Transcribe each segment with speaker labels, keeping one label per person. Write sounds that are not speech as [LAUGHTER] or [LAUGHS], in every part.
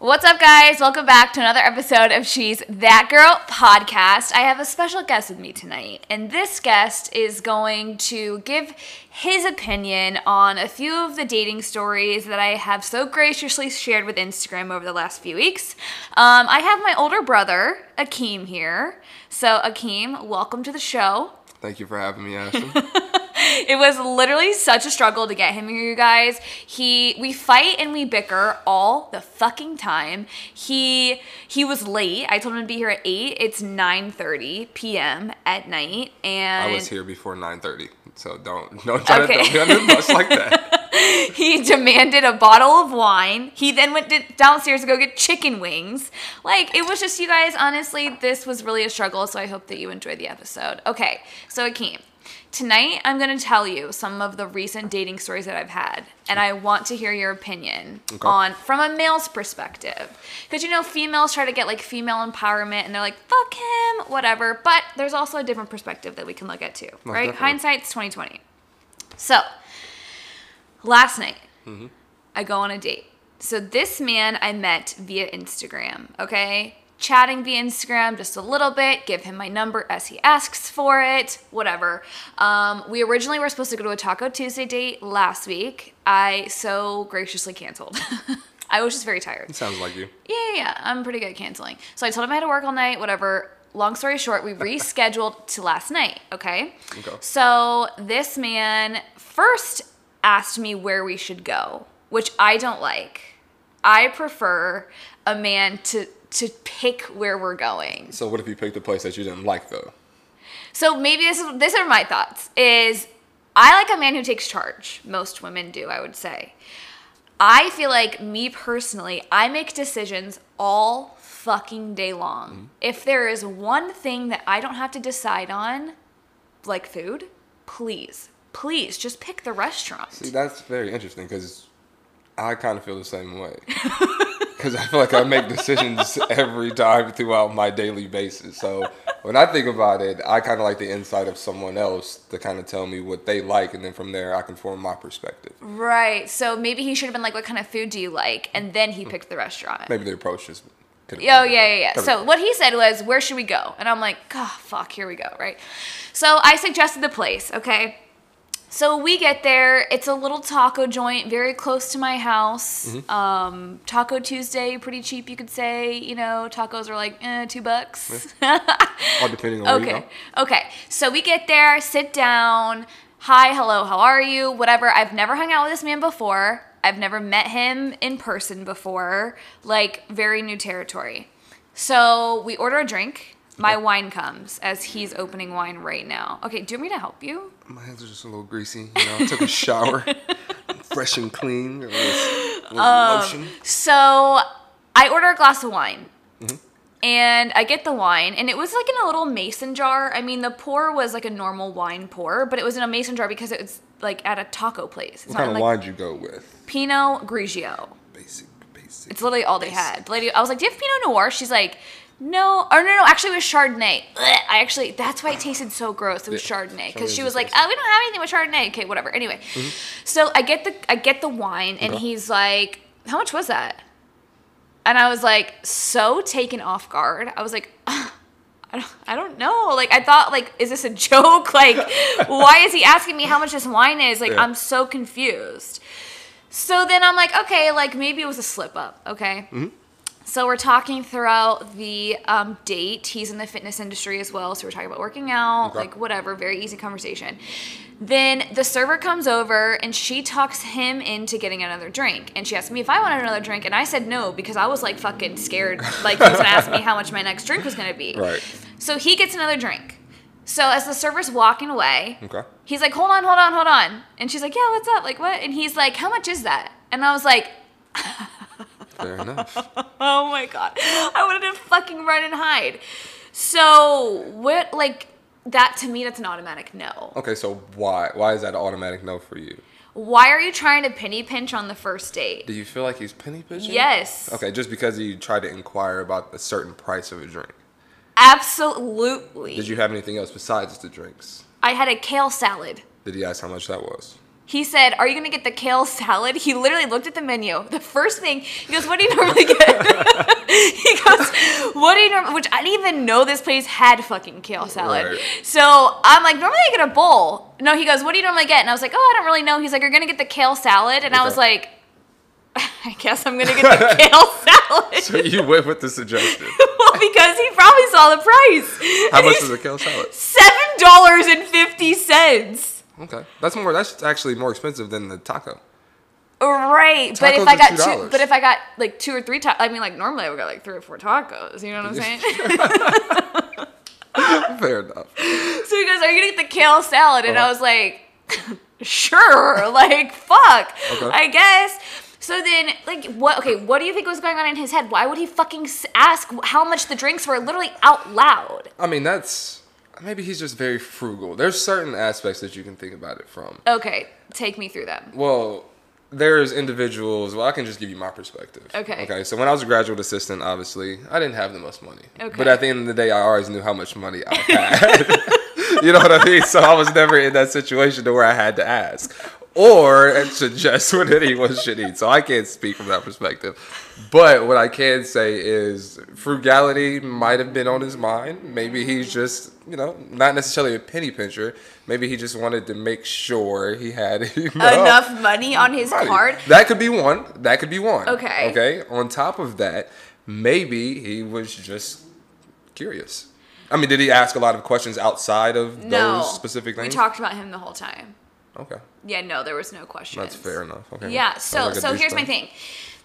Speaker 1: What's up, guys? Welcome back to another episode of She's That Girl podcast. I have a special guest with me tonight, and this guest is going to give his opinion on a few of the dating stories that I have so graciously shared with Instagram over the last few weeks. Um, I have my older brother, Akeem, here. So, Akeem, welcome to the show.
Speaker 2: Thank you for having
Speaker 1: [LAUGHS]
Speaker 2: me, Ashton.
Speaker 1: it was literally such a struggle to get him here, you guys. He we fight and we bicker all the fucking time. He he was late. I told him to be here at eight. It's nine thirty p.m. at night, and
Speaker 2: I was here before 9:30, so don't don't try
Speaker 1: Okay.
Speaker 2: to do under the bus
Speaker 1: [LAUGHS]
Speaker 2: like that.
Speaker 1: he demanded a bottle of wine. He then went d- downstairs to go get chicken wings. Like, it was just, you guys, honestly, this was really a struggle, so I hope that you enjoyed the episode. Okay, so Akeem, tonight I'm gonna tell you some of the recent dating stories that I've had, and I want to hear your opinion
Speaker 2: Okay.
Speaker 1: on from a male's perspective. Because, you know, females try to get like female empowerment and they're like, fuck him, whatever, but there's also a different perspective that we can look at too,
Speaker 2: Most
Speaker 1: right?
Speaker 2: definitely.
Speaker 1: Hindsight's 2020. So, last night i go on a date so this man i met via instagram okay chatting via instagram just a little bit give him my number as he asks for it whatever um, we originally were supposed to go to a taco tuesday date last week i so graciously canceled [LAUGHS] i was just very tired
Speaker 2: Sounds like you.
Speaker 1: yeah, yeah, yeah. I'm pretty good at canceling. So I told him I had to work all night, whatever. Long story short, we rescheduled to last night, okay?
Speaker 2: Okay.
Speaker 1: So this man first asked me where we should go, which I don't like. I prefer a man to to pick where we're going.
Speaker 2: So what if you picked a place that you didn't like though?
Speaker 1: So maybe this is these are my thoughts. Is I like a man who takes charge. Most women do, I would say. I feel like me personally, I make decisions all fucking day long. If there is one thing that I don't have to decide on, like food, please, please just pick the restaurant.
Speaker 2: See, that's very interesting because I kind of feel the same
Speaker 1: [LAUGHS]
Speaker 2: way. Because I feel like I make decisions every time throughout my daily basis. So when I think about it, I kind of like the insight of someone else to kind of tell me what they like, and then from there I can form my perspective.
Speaker 1: Right. So maybe he should have been like, "What kind of food do you like?" and then he picked the restaurant.
Speaker 2: Maybe the approach just. could have
Speaker 1: Oh
Speaker 2: been
Speaker 1: yeah,
Speaker 2: different.
Speaker 1: yeah, yeah.
Speaker 2: Could've
Speaker 1: So what he said was, "Where should we go?" And I'm like, "Oh fuck, here we go." Right. So I suggested the place. Okay. So we get there. It's a little taco joint, very close to my house. Um, taco Tuesday, pretty cheap, you could say. You know, tacos are like eh, two bucks. [LAUGHS]
Speaker 2: All depending on where you
Speaker 1: Okay.
Speaker 2: go.
Speaker 1: Okay. So we get there, sit down. Hi, hello, how are you? Whatever. I've never hung out with this man before. I've never met him in person before. Like, very new territory. So we order a drink. My wine comes as he's opening wine right now. Okay, do you want me to help you?
Speaker 2: My hands are just a little greasy. You know, I took
Speaker 1: [LAUGHS]
Speaker 2: a shower, fresh and clean. With, with
Speaker 1: Um,
Speaker 2: lotion.
Speaker 1: So I order a glass of wine.
Speaker 2: Mm-hmm.
Speaker 1: And I get the wine, and it was like in a little mason jar. I mean, the pour was like a normal wine pour, but it was in a mason jar because it was like at a taco place. It's
Speaker 2: What
Speaker 1: in,
Speaker 2: kind of
Speaker 1: like
Speaker 2: wine would you go with?
Speaker 1: Pinot Grigio.
Speaker 2: Basic, basic.
Speaker 1: It's literally all they had. The lady, I was like, "Do you have Pinot Noir?" She's like, "No." Or no, no, actually, it was Chardonnay. Ugh. I actually, that's why it tasted so gross. It was
Speaker 2: Yeah.
Speaker 1: Chardonnay because
Speaker 2: Chardonnay's
Speaker 1: she was like,
Speaker 2: disgusting.
Speaker 1: "Oh, we don't have anything with Chardonnay." Okay, whatever. Anyway, so I get the I get the wine, and
Speaker 2: Okay.
Speaker 1: he's like, "How much was that?" And I was like, so taken off guard. I was like. I don't, I don't know. Like I thought, like, is this a [LAUGHS] joke? Like, why is he asking me how much this wine is? Like,
Speaker 2: Yeah.
Speaker 1: I'm so confused. So then I'm like, okay, like maybe it was a slip up. Okay.
Speaker 2: Mm-hmm.
Speaker 1: So we're talking throughout the um, date. He's in the fitness industry as well, so we're talking about working out,
Speaker 2: Okay.
Speaker 1: like whatever. Very easy conversation. Then the server comes over and she talks him into getting another drink, and she asked me if I wanted another drink, and I said no because I was like fucking scared, like he was gonna ask me how much my next drink was gonna be.
Speaker 2: [LAUGHS] Right.
Speaker 1: So he gets another drink. So as the server's walking away,
Speaker 2: Okay.
Speaker 1: he's like, hold on, hold on, hold on. And she's like, yeah, what's up? Like, what? And he's like, how much is that? And I was like, [LAUGHS]
Speaker 2: Fair enough.
Speaker 1: oh my God. [LAUGHS] I wanted to fucking run and hide. So, what, like, that to me, that's an automatic no.
Speaker 2: Okay, so why why is that an automatic no for you?
Speaker 1: Why are you trying to penny pinch on the first date?
Speaker 2: Do you feel like he's penny pinching?
Speaker 1: Yes.
Speaker 2: Okay, just because you tried to inquire about a certain price of a drink.
Speaker 1: Absolutely.
Speaker 2: Did you have anything else besides the drinks?
Speaker 1: I had a kale salad.
Speaker 2: Did he ask how much that was? [LAUGHS]
Speaker 1: He said, "Are you gonna get the kale salad?" He literally looked at the menu. The first thing he goes, "What do you [LAUGHS] normally get?" [LAUGHS] he goes, "What do you normally?" Which I didn't even know this place had fucking kale salad.
Speaker 2: Right.
Speaker 1: So I'm like, "Normally I get a bowl." No, he goes, "What do you normally get?" And I was like, "Oh, I don't really know." He's like, "You're gonna get the kale salad," and I
Speaker 2: Okay.
Speaker 1: was like, [LAUGHS] "I guess I'm gonna get
Speaker 2: [LAUGHS]
Speaker 1: the kale salad."
Speaker 2: So you went with the suggestion.
Speaker 1: [LAUGHS] well, because he probably saw the price.
Speaker 2: How
Speaker 1: And
Speaker 2: much
Speaker 1: he's-
Speaker 2: is a kale
Speaker 1: [LAUGHS]
Speaker 2: salad?
Speaker 1: Seven dollars and fifty cents.
Speaker 2: Okay, that's more. That's actually more expensive than the taco. [LAUGHS]
Speaker 1: Right, but
Speaker 2: Tacos
Speaker 1: if I
Speaker 2: are
Speaker 1: got two,
Speaker 2: $2.
Speaker 1: but if I got like two or three tacos, I mean, like normally I would get like three or four tacos. You know what I'm
Speaker 2: [LAUGHS]
Speaker 1: saying?
Speaker 2: Fair enough.
Speaker 1: [LAUGHS] so he goes, "Are you gonna get the kale salad?"
Speaker 2: Uh-huh.
Speaker 1: And I was like, "Sure, [LAUGHS] like fuck,
Speaker 2: Okay.
Speaker 1: I guess." So then, like, what? Okay, what do you think was going on in his head? Why would he fucking s- ask how much the drinks were, literally out loud?
Speaker 2: I mean, that's maybe he's just very frugal. There's certain aspects that you can think about it from.
Speaker 1: Okay, take me through them.
Speaker 2: Well, there's individuals. Well, I can just give you my perspective.
Speaker 1: Okay.
Speaker 2: Okay. So when I was a graduate assistant, obviously, I didn't have the most money.
Speaker 1: Okay.
Speaker 2: But at the end of the day, I always knew how much money I had. [LAUGHS] you know what I mean? So I was never in that situation to where I had to ask or suggest [LAUGHS] what anyone should eat. So I can't speak from that perspective. But what I can say is frugality might have been on his mind. Maybe he's just, you know, not necessarily a penny pincher. Maybe he just wanted to make sure he had [LAUGHS] enough
Speaker 1: Enough money on his
Speaker 2: Right.
Speaker 1: card.
Speaker 2: That could be one. That could be one.
Speaker 1: Okay.
Speaker 2: Okay. On top of that, maybe he was just curious. I mean, did he ask a lot of questions outside of
Speaker 1: No
Speaker 2: those specific
Speaker 1: We
Speaker 2: things?
Speaker 1: talked about him the whole time.
Speaker 2: okay.
Speaker 1: Yeah, no, there was no question.
Speaker 2: That's fair enough. Okay.
Speaker 1: Yeah. So
Speaker 2: Sounds like a
Speaker 1: so
Speaker 2: douche Hmm.
Speaker 1: here's my
Speaker 2: plan.
Speaker 1: thing.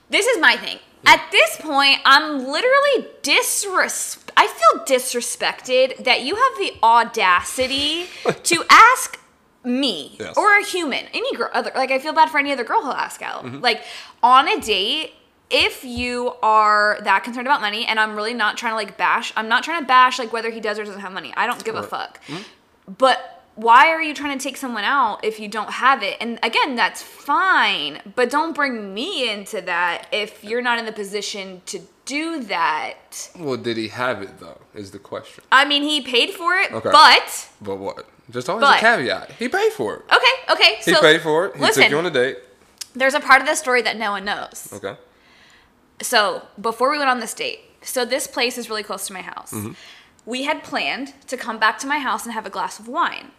Speaker 1: This is my thing. At this point, I'm literally disres. I feel disrespected that you have the
Speaker 2: [LAUGHS]
Speaker 1: audacity to ask me
Speaker 2: Yes.
Speaker 1: or a human, any girl, other. Like I feel bad for any other girl who'll ask out.
Speaker 2: Mm-hmm.
Speaker 1: Like on a date. If you are that concerned about money, and I'm really not trying to like bash, I'm not trying to bash like whether he does or doesn't have money. I don't give a
Speaker 2: Right. Mm.
Speaker 1: fuck. But why are you trying to take someone out if you don't have it? And again, that's fine, but don't bring me into that if you're not in the position to do that.
Speaker 2: Well, did he have it though? Is the question.
Speaker 1: I mean, he paid for it,
Speaker 2: Okay.
Speaker 1: but
Speaker 2: But what? Just always
Speaker 1: But-
Speaker 2: a caveat. He paid for it.
Speaker 1: okay, okay.
Speaker 2: He
Speaker 1: So
Speaker 2: paid for it. He
Speaker 1: listen,
Speaker 2: took you on a date.
Speaker 1: there's a part of the story that no one knows.
Speaker 2: Okay.
Speaker 1: So before we went on this date, so this place is really close to my house.
Speaker 2: Mm-hmm.
Speaker 1: We had planned to come back to my house and have a glass of wine.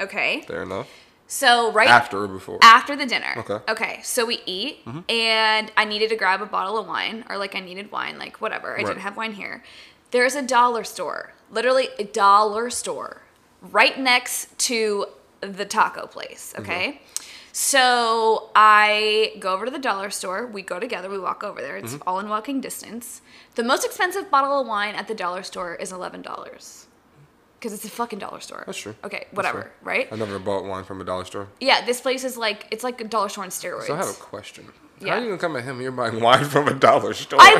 Speaker 1: Okay.
Speaker 2: Fair enough.
Speaker 1: So right
Speaker 2: After or before?
Speaker 1: after the dinner.
Speaker 2: Okay. Mm-hmm.
Speaker 1: Okay. So we eat, and I needed to grab a bottle of wine, or like I needed wine, like whatever. I
Speaker 2: Right.
Speaker 1: didn't have wine here. There's a dollar store, literally a dollar store, right next to the taco place.
Speaker 2: Mm-hmm.
Speaker 1: Okay. So I go over to the dollar store. We go together. We walk over there.
Speaker 2: Mm-hmm.
Speaker 1: It's all in walking distance. The most expensive bottle of wine at the dollar store is eleven dollars. Because it's a fucking dollar store.
Speaker 2: That's true.
Speaker 1: Okay,
Speaker 2: That's
Speaker 1: whatever,
Speaker 2: fair.
Speaker 1: right?
Speaker 2: I never bought wine from a dollar store.
Speaker 1: Yeah, this place is like it's like a dollar store on steroids.
Speaker 2: So I have a question.
Speaker 1: Yeah.
Speaker 2: How are you gonna come at him? You're buying [LAUGHS] wine from a dollar store.
Speaker 1: I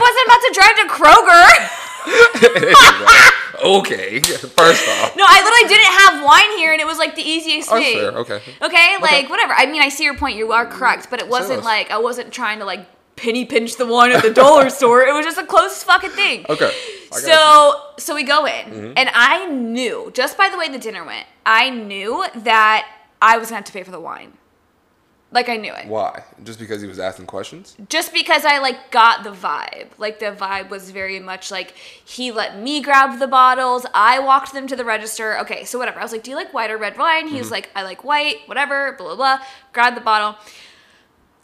Speaker 1: wasn't about to drive to Kroger. [LAUGHS]
Speaker 2: [LAUGHS] okay, first off.
Speaker 1: No, I literally didn't have wine here, and it was like the easiest
Speaker 2: Oh,
Speaker 1: thing.
Speaker 2: fair, okay.
Speaker 1: Okay, like whatever. I mean, I see your point. You are correct, but it wasn't
Speaker 2: less.
Speaker 1: like I wasn't trying to like penny pinch the wine at the
Speaker 2: [LAUGHS]
Speaker 1: dollar store. It was just the closest fucking thing.
Speaker 2: Okay. I Mm-hmm. got
Speaker 1: So so we go in, and I knew just by the way the dinner went, I knew that I was gonna have to pay for the wine. Like I knew it.
Speaker 2: you. Why? Just because he was asking questions?
Speaker 1: just because I like got the vibe. Like the vibe was very much like he let me grab the bottles, I walked them to the register. Okay, so whatever. I was like, "Do you like white or red wine?" He was
Speaker 2: Mhm.
Speaker 1: like, "I like white, whatever, blah blah blah." Grab the bottle.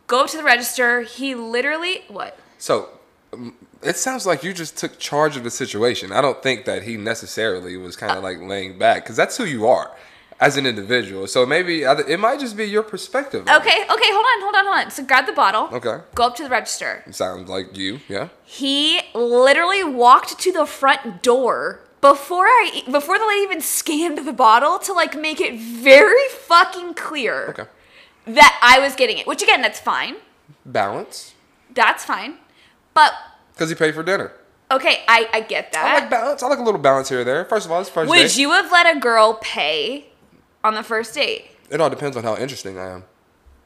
Speaker 1: Go to the register. He literally what?
Speaker 2: So um, it sounds like you just took charge of the situation. I don't think that he necessarily was kind of like laying back because that's who you are as an individual. So maybe I th- it might just be your perspective. on it.
Speaker 1: Okay, okay, hold on, hold on, hold on. So grab the bottle.
Speaker 2: Okay.
Speaker 1: Go up to the register.
Speaker 2: Sounds like you, yeah.
Speaker 1: He literally walked to the front door before I before the lady even scanned the bottle to like make it very fucking clear.
Speaker 2: Okay.
Speaker 1: that I was getting it, which again, that's fine.
Speaker 2: Balance
Speaker 1: That's fine. But
Speaker 2: because he paid for dinner.
Speaker 1: okay, I, I get
Speaker 2: I
Speaker 1: that.
Speaker 2: like balance. I like a little balance here or there. First of all, it's first
Speaker 1: Would
Speaker 2: date.
Speaker 1: you have let a girl pay on the first date?
Speaker 2: it all depends on how interesting I am.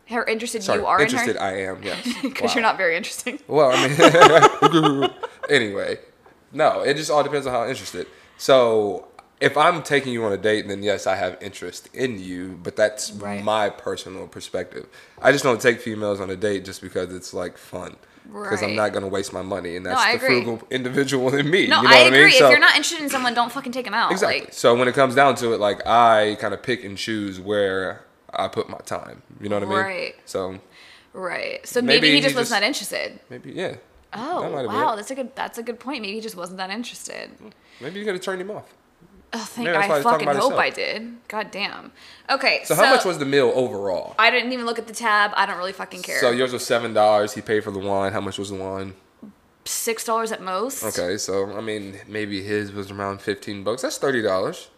Speaker 1: How interested
Speaker 2: Sorry,
Speaker 1: you are [LAUGHS] in
Speaker 2: interested
Speaker 1: her?
Speaker 2: I am. Yes.
Speaker 1: Because
Speaker 2: Wow.
Speaker 1: you're not very interesting.
Speaker 2: Well, [LAUGHS] I mean, anyway, no, it just all depends on how interested. So if I'm taking you on a date, then yes, I have interest in you, but that's
Speaker 1: Right.
Speaker 2: my personal perspective. I just don't take females on a date just because it's like fun. Because I'm
Speaker 1: Right.
Speaker 2: not gonna waste my money, and that's
Speaker 1: I
Speaker 2: the
Speaker 1: agree.
Speaker 2: frugal individual in
Speaker 1: [LAUGHS]
Speaker 2: me.
Speaker 1: No,
Speaker 2: you know
Speaker 1: I
Speaker 2: what
Speaker 1: agree.
Speaker 2: I mean?
Speaker 1: If
Speaker 2: So-
Speaker 1: you're not interested in someone, don't fucking take them out.
Speaker 2: Exactly.
Speaker 1: Like,
Speaker 2: so when it comes down to it, like I kind of pick and choose where I put my time. You know what I mean?
Speaker 1: Right.
Speaker 2: So
Speaker 1: right. So
Speaker 2: Maybe
Speaker 1: maybe, he
Speaker 2: he
Speaker 1: just was
Speaker 2: just-
Speaker 1: not interested.
Speaker 2: maybe yeah.
Speaker 1: Oh,
Speaker 2: might have been
Speaker 1: wow.
Speaker 2: it.
Speaker 1: That's a good. That's a good point. Maybe he just wasn't that interested.
Speaker 2: Maybe you gotta turn him off.
Speaker 1: Oh, thank.
Speaker 2: Yeah, that's why
Speaker 1: I
Speaker 2: he's talking
Speaker 1: fucking
Speaker 2: about
Speaker 1: hope I
Speaker 2: himself.
Speaker 1: did. God damn. Okay.
Speaker 2: So, how much was the meal overall?
Speaker 1: I didn't even look at the tab. I don't really fucking care.
Speaker 2: So yours was seven dollars. He paid for the wine. How much was the wine?
Speaker 1: six dollars at most.
Speaker 2: Okay, so I mean maybe his was around fifteen bucks. That's thirty dollars.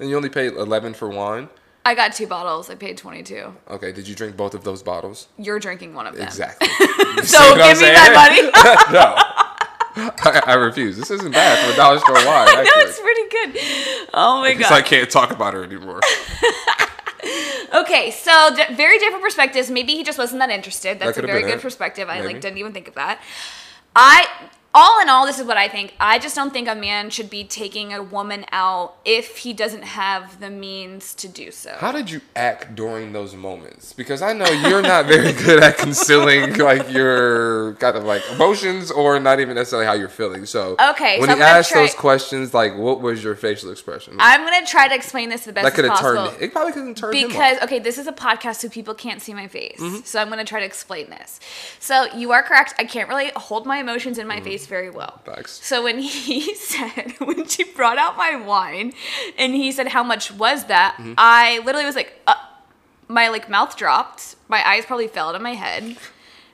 Speaker 2: And you only paid eleven for wine.
Speaker 1: I got two bottles. I paid twenty two.
Speaker 2: Okay, did you drink both of those bottles?
Speaker 1: You're drinking one of them. [LAUGHS]
Speaker 2: Exactly. [LAUGHS]
Speaker 1: So give me that money. [LAUGHS]
Speaker 2: money. no. I, I refuse. This isn't bad for a dollar store wine.
Speaker 1: [LAUGHS] I know it's pretty good. Oh my
Speaker 2: Because
Speaker 1: god.
Speaker 2: I can't talk about her anymore.
Speaker 1: Okay, so d- very different perspectives. Maybe he just wasn't that interested. That's a
Speaker 2: could've
Speaker 1: very
Speaker 2: been
Speaker 1: good
Speaker 2: it.
Speaker 1: perspective. I
Speaker 2: Maybe.
Speaker 1: like didn't even think of that. I all in all, this is what I think. I just don't think a man should be taking a woman out if he doesn't have the means to do so.
Speaker 2: How did you act during those moments? Because I know you're not very good at concealing [LAUGHS] like your kind of like emotions or not even necessarily how you're feeling. So
Speaker 1: Okay, so
Speaker 2: when
Speaker 1: I'm
Speaker 2: he
Speaker 1: gonna
Speaker 2: asked
Speaker 1: try-
Speaker 2: those questions, like what was your facial expression?
Speaker 1: I'm gonna try to explain this the best
Speaker 2: that could
Speaker 1: as
Speaker 2: have
Speaker 1: possible.
Speaker 2: turned it probably could have turned him off.
Speaker 1: because okay this is a podcast so people can't see my face so i'm going to try to explain this so you are correct i can't really hold my emotions in my face very well
Speaker 2: Facts.
Speaker 1: so when [LAUGHS] he said [LAUGHS] when she brought out my wine and he said how much was that
Speaker 2: Mm-hmm.
Speaker 1: i literally was like uh, my like mouth dropped my eyes probably fell out of my head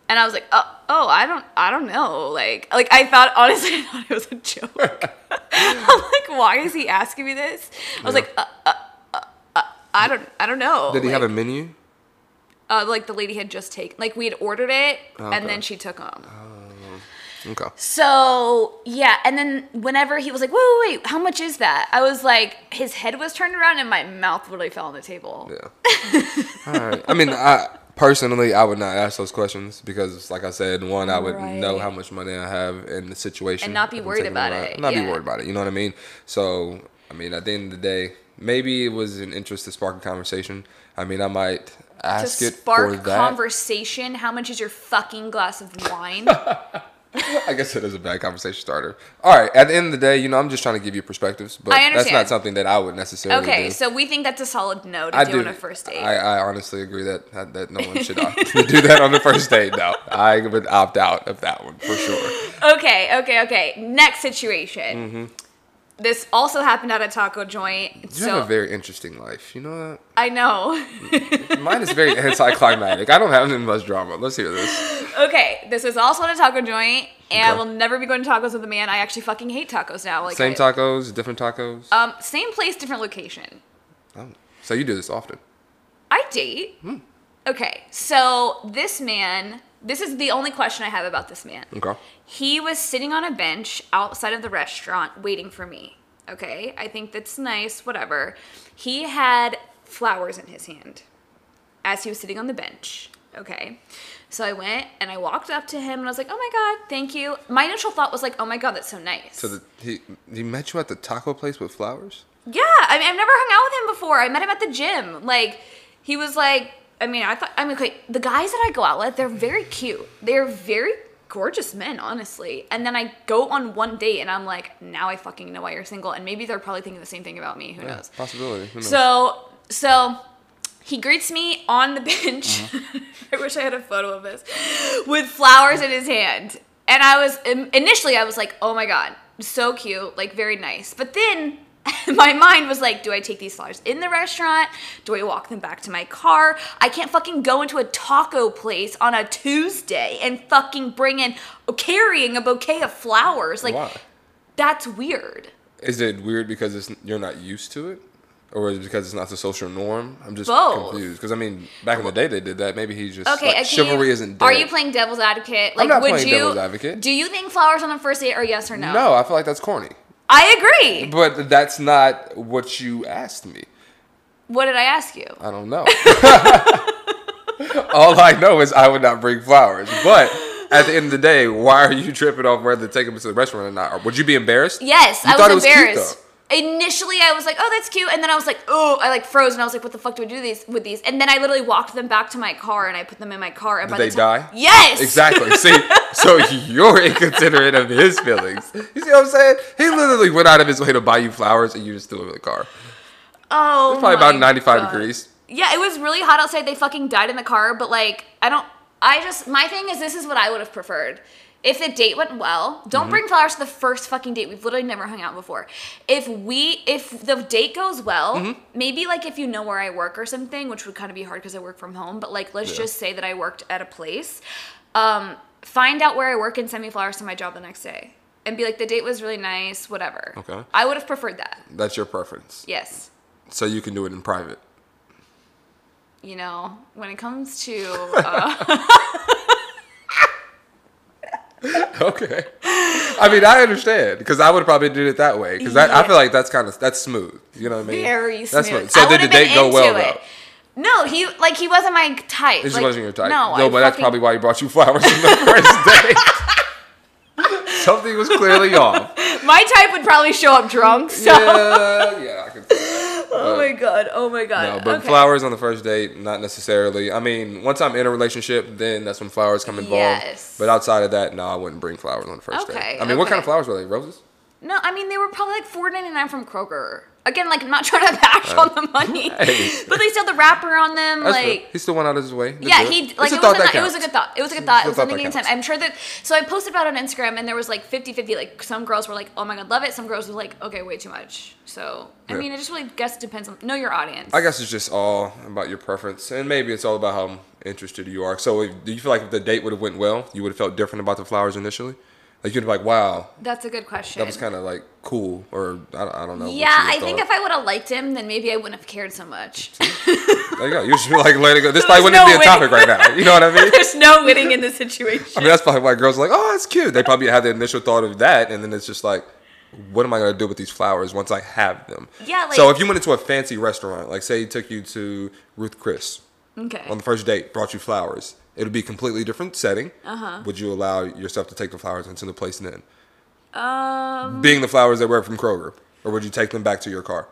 Speaker 1: and i was like uh, oh i don't i don't know like like i thought [LAUGHS] honestly i thought it was a joke [LAUGHS] i'm like why is he asking me this i was
Speaker 2: Yeah.
Speaker 1: like uh, uh, uh, uh, I don't. I don't know.
Speaker 2: Did he have
Speaker 1: like-
Speaker 2: a menu?
Speaker 1: uh, like the lady had just taken like we had ordered it
Speaker 2: Oh, Okay.
Speaker 1: and then she took them
Speaker 2: Okay.
Speaker 1: so yeah and then whenever he was like wait, wait wait how much is that i was like his head was turned around and my mouth literally fell on the table
Speaker 2: Yeah. All right. I mean, I personally, I would not ask those questions because, like I said, one, I would know
Speaker 1: Right.
Speaker 2: how much money I have in the situation,
Speaker 1: And not be
Speaker 2: if I'm
Speaker 1: worried
Speaker 2: taking them
Speaker 1: about
Speaker 2: out.
Speaker 1: it,
Speaker 2: Not be
Speaker 1: yeah.
Speaker 2: worried about it. You know what I mean? So, I mean, at the end of the day, maybe it was an interest to spark a conversation. I mean, I might
Speaker 1: to
Speaker 2: ask it for
Speaker 1: spark
Speaker 2: that.
Speaker 1: conversation how much is your fucking glass of
Speaker 2: [LAUGHS]
Speaker 1: wine
Speaker 2: I guess it is a bad conversation starter. All right. At the end of the day, you know, I'm just trying to give you perspectives, but
Speaker 1: I
Speaker 2: that's not
Speaker 1: understand.
Speaker 2: something that I would necessarily
Speaker 1: okay
Speaker 2: do.
Speaker 1: so we think that's a solid no to
Speaker 2: I
Speaker 1: do,
Speaker 2: do.
Speaker 1: on a first date
Speaker 2: I, I honestly agree that that, that no one should opt [LAUGHS] to do that on the first date. No, I would opt out of that one for sure.
Speaker 1: okay okay okay next situation this also happened at a taco joint
Speaker 2: Mm-hmm. You
Speaker 1: so
Speaker 2: have a very interesting life. You know
Speaker 1: i know [LAUGHS]
Speaker 2: that mine is very anticlimactic. I don't have any much drama. Let's hear this.
Speaker 1: Okay, this is also at a taco joint, and I
Speaker 2: Okay.
Speaker 1: will never be going to tacos with a man. I actually fucking hate tacos now. Like
Speaker 2: Same
Speaker 1: I-
Speaker 2: tacos, different tacos.
Speaker 1: Um, same place, different location.
Speaker 2: Oh, so you do this often.
Speaker 1: I date.
Speaker 2: Hmm.
Speaker 1: Okay, so this man. This is the only question I have about this man.
Speaker 2: Okay.
Speaker 1: He was sitting on a bench outside of the restaurant waiting for me. Okay, I think that's nice, whatever. He had flowers in his hand as he was sitting on the bench. Okay, so I went and I walked up to him and I was like, oh my God, thank you. My initial thought was like, oh my God, that's so nice.
Speaker 2: So the, he he met you at the taco place with flowers.
Speaker 1: Yeah, I mean, I've never hung out with him before. I met him at the gym. Like, he was like, I mean, I thought, I mean, okay, the guys that I go out with, they're very cute. They're very gorgeous men, honestly. And then I go on one date and I'm like, now I fucking know why you're single. And maybe they're probably thinking the same thing about me. Who
Speaker 2: Yeah,
Speaker 1: knows?
Speaker 2: possibility. Who knows?
Speaker 1: So, so he greets me on the [LAUGHS] bench.
Speaker 2: Uh-huh.
Speaker 1: I wish I had a photo of this with flowers in his hand. And I was im- initially I was like, "Oh my god, so cute, like very nice." But then [LAUGHS] my mind was like, "Do I take these flowers in the restaurant? Do I walk them back to my car? I can't fucking go into a taco place on a Tuesday and fucking bring in carrying a bouquet of flowers. Like
Speaker 2: why
Speaker 1: that's weird."
Speaker 2: is it weird because it's you're not used to it? Or is it because it's not the social norm? I'm just
Speaker 1: Both.
Speaker 2: confused. Because I mean, back in the day they did that. Maybe he's just
Speaker 1: Okay,
Speaker 2: like,
Speaker 1: okay.
Speaker 2: chivalry isn't. Dead.
Speaker 1: Are you playing devil's advocate? Like,
Speaker 2: not
Speaker 1: would
Speaker 2: playing
Speaker 1: you?
Speaker 2: devil's advocate.
Speaker 1: Do you think flowers on a first date are yes or no?
Speaker 2: No, I feel like that's corny.
Speaker 1: I agree.
Speaker 2: But that's not what you asked me.
Speaker 1: What did I ask you?
Speaker 2: I
Speaker 1: [LAUGHS]
Speaker 2: don't know. All I know is I would not bring flowers. But at the end of the day, why are you tripping off whether to take them to the restaurant or not? Or would you be embarrassed?
Speaker 1: Yes,
Speaker 2: You
Speaker 1: I was
Speaker 2: thought it was cute,
Speaker 1: embarrassed.
Speaker 2: though.
Speaker 1: initially I was like, oh, that's cute, and then I was like, oh, I like froze, and I was like, what the fuck do I do these with these? And then I literally walked them back to my car, and I put them in my car. And
Speaker 2: Did
Speaker 1: by
Speaker 2: they
Speaker 1: the time-
Speaker 2: die?
Speaker 1: Yes.
Speaker 2: Exactly. See, so [LAUGHS] you're inconsiderate of his feelings. You see what I'm saying? He literally went out of his way to buy you flowers, and you just threw him in the car.
Speaker 1: Oh.
Speaker 2: Probably
Speaker 1: my
Speaker 2: about 95
Speaker 1: God.
Speaker 2: degrees.
Speaker 1: Yeah, it was really hot outside. They fucking died in the car, but like, I don't. I just my thing is this is what I would have preferred. If the date went well, don't
Speaker 2: Mm-hmm.
Speaker 1: bring flowers to the first fucking date. We've literally never hung out before. If we if the date goes well,
Speaker 2: Mm-hmm.
Speaker 1: maybe like if you know where I work or something, which would kind of be hard because I work from home, but like let's
Speaker 2: Yeah.
Speaker 1: just say that I worked at a place. Um, find out where I work and send me flowers to my job the next day. And be like, the date was really nice, whatever.
Speaker 2: Okay.
Speaker 1: I would have preferred that.
Speaker 2: That's your preference.
Speaker 1: Yes.
Speaker 2: So you can do it in private. [LAUGHS]
Speaker 1: you know, when it comes to,
Speaker 2: [LAUGHS]
Speaker 1: uh,
Speaker 2: Okay. I mean, I understand because I would probably do it that way because I feel like that's kind of that's smooth. You know what I mean?
Speaker 1: very
Speaker 2: That's
Speaker 1: smooth.
Speaker 2: smooth. So
Speaker 1: I
Speaker 2: did the
Speaker 1: would've been
Speaker 2: date go well
Speaker 1: into
Speaker 2: though?
Speaker 1: it. No, he like he wasn't my type.
Speaker 2: It just
Speaker 1: like,
Speaker 2: wasn't your type.
Speaker 1: No, I
Speaker 2: but that's
Speaker 1: fucking-
Speaker 2: probably why he brought you flowers on the first date. Something was clearly off.
Speaker 1: [LAUGHS] [LAUGHS] my type would probably show up drunk. So,
Speaker 2: Yeah, yeah, I can. see that.
Speaker 1: oh
Speaker 2: But-
Speaker 1: my god, oh my god.
Speaker 2: No, but
Speaker 1: okay.
Speaker 2: flowers on the first date, not necessarily. I mean, once I'm in a relationship, then that's when flowers come involved.
Speaker 1: Yes.
Speaker 2: But outside of that, no, I wouldn't bring flowers on the first date.
Speaker 1: Okay,
Speaker 2: I mean, what
Speaker 1: okay.
Speaker 2: kind of flowers were they? Roses?
Speaker 1: No, I mean they were probably like four ninety nine from Kroger. Again, like I'm not [LAUGHS] trying to bash on the money,
Speaker 2: Uh, [LAUGHS] right.
Speaker 1: but they still had the wrapper on them.
Speaker 2: That's
Speaker 1: like
Speaker 2: fair. he still went out of his way. to
Speaker 1: yeah,
Speaker 2: do it.
Speaker 1: he
Speaker 2: It's
Speaker 1: like
Speaker 2: a
Speaker 1: it
Speaker 2: thought
Speaker 1: was, a,
Speaker 2: that
Speaker 1: it was a
Speaker 2: counts.
Speaker 1: good thought. It was a good thought. It
Speaker 2: a
Speaker 1: was
Speaker 2: thought
Speaker 1: something
Speaker 2: that
Speaker 1: in time.
Speaker 2: counts.
Speaker 1: I'm sure that so I posted about it on Instagram and there was like 50-50 like some girls were like, "Oh my god, love it." Some girls were like, "Okay, way too much." So, I
Speaker 2: Yeah.
Speaker 1: mean, it just really guess depends on know your audience.
Speaker 2: I guess it's just all about your preference, and maybe it's all about how interested you are. So, if, do you feel like if the date would have went well, you would have felt different about the flowers initially? Like you'd be like, "Wow,
Speaker 1: That's a good question.
Speaker 2: that was kind of like cool," or I, don't- I don't know. what you
Speaker 1: yeah,
Speaker 2: would
Speaker 1: I
Speaker 2: have
Speaker 1: think
Speaker 2: thought.
Speaker 1: if I would have liked him, then maybe I wouldn't have cared so much.
Speaker 2: There you go. You should be like, [LAUGHS] let it go. This
Speaker 1: [LAUGHS] There
Speaker 2: probably
Speaker 1: was
Speaker 2: wouldn't
Speaker 1: no
Speaker 2: be a
Speaker 1: way.
Speaker 2: topic right now. You know what I
Speaker 1: [LAUGHS]
Speaker 2: mean?
Speaker 1: [LAUGHS] There's no winning in this situation.
Speaker 2: [LAUGHS] I mean, that's probably why girls are like, oh, it's cute. They probably had the initial thought of that, and then it's just like, what am I going to do with these flowers once I have them?
Speaker 1: Yeah, like-
Speaker 2: so if you went into a fancy restaurant, like say he took you to Ruth Chris
Speaker 1: Okay.
Speaker 2: on the first date, brought you flowers, it would be a completely different setting. Uh-huh. Would you allow yourself to take the flowers into the place then?
Speaker 1: Um,
Speaker 2: Being the flowers that were from Kroger, or would you take them back to your car?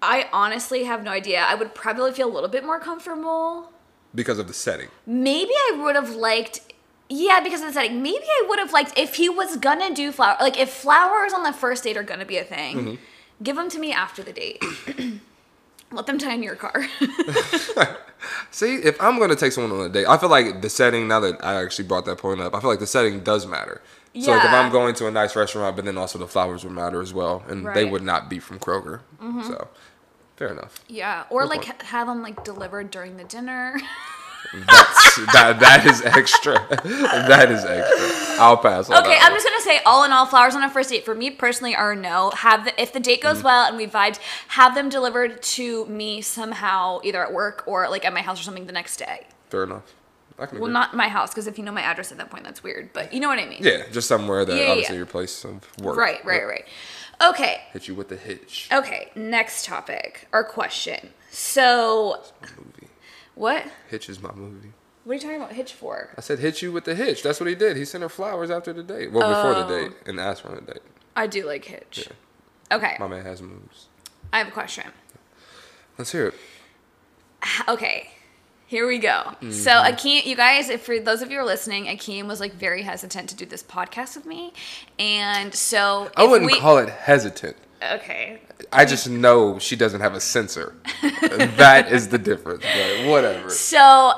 Speaker 1: I honestly have no idea. I would probably feel a little bit more comfortable
Speaker 2: Because of the setting.
Speaker 1: maybe I would have liked. Yeah, because of the setting. Maybe I would have liked if he was gonna do flower. Like if flowers on the first date are gonna be a thing,
Speaker 2: Mm-hmm.
Speaker 1: give them to me after the
Speaker 2: [COUGHS]
Speaker 1: date. Let them tie in your car. [LAUGHS]
Speaker 2: See, if I'm going to take someone on a date, I feel like the setting, now that I actually brought that point up, I feel like the setting does matter. So, like, if
Speaker 1: Yeah.
Speaker 2: I'm going to a nice restaurant, but then also the flowers would matter as well. And they
Speaker 1: Right. Mm-hmm.
Speaker 2: would not be from Kroger. So, fair enough. [LAUGHS]
Speaker 1: yeah, or like
Speaker 2: point.
Speaker 1: ha- have them like delivered during the dinner.
Speaker 2: That's, that, that is extra. [LAUGHS] that is extra. I'll pass on
Speaker 1: okay,
Speaker 2: that
Speaker 1: I'm
Speaker 2: one.
Speaker 1: just gonna say all in all, flowers on a first date for me personally are a no. Have the, if the date
Speaker 2: Mm-hmm.
Speaker 1: goes well and we vibed, have them delivered to me somehow, either at work or like at my house or something the next day.
Speaker 2: Fair enough. I can
Speaker 1: Well,
Speaker 2: agree.
Speaker 1: not my house because if you know my address at that point, that's weird. But you know what I mean.
Speaker 2: Mm-hmm. yeah, just somewhere that
Speaker 1: Yeah, yeah,
Speaker 2: obviously
Speaker 1: yeah.
Speaker 2: your place of work.
Speaker 1: Right, right,
Speaker 2: would
Speaker 1: right. Okay,
Speaker 2: Hit you with the hitch.
Speaker 1: okay. Next topic or question. So,
Speaker 2: Movie.
Speaker 1: what?
Speaker 2: Hitch is my movie.
Speaker 1: What are you talking about Hitch for?
Speaker 2: I said hit you with the hitch. That's what he did. He sent her flowers after the date. Well, before the
Speaker 1: Oh.
Speaker 2: date and asked for the date.
Speaker 1: I do like Hitch. Okay,
Speaker 2: My man has moves.
Speaker 1: I have a question.
Speaker 2: Let's hear it.
Speaker 1: Okay, here we go. So
Speaker 2: Mm-hmm.
Speaker 1: Akeem, you guys, if for those of you who are listening, Akeem was like very hesitant to do this podcast with me, and so
Speaker 2: I
Speaker 1: if
Speaker 2: wouldn't
Speaker 1: we-
Speaker 2: call it hesitant.
Speaker 1: Okay,
Speaker 2: I just know she doesn't have a censor. that is the difference. But whatever.
Speaker 1: So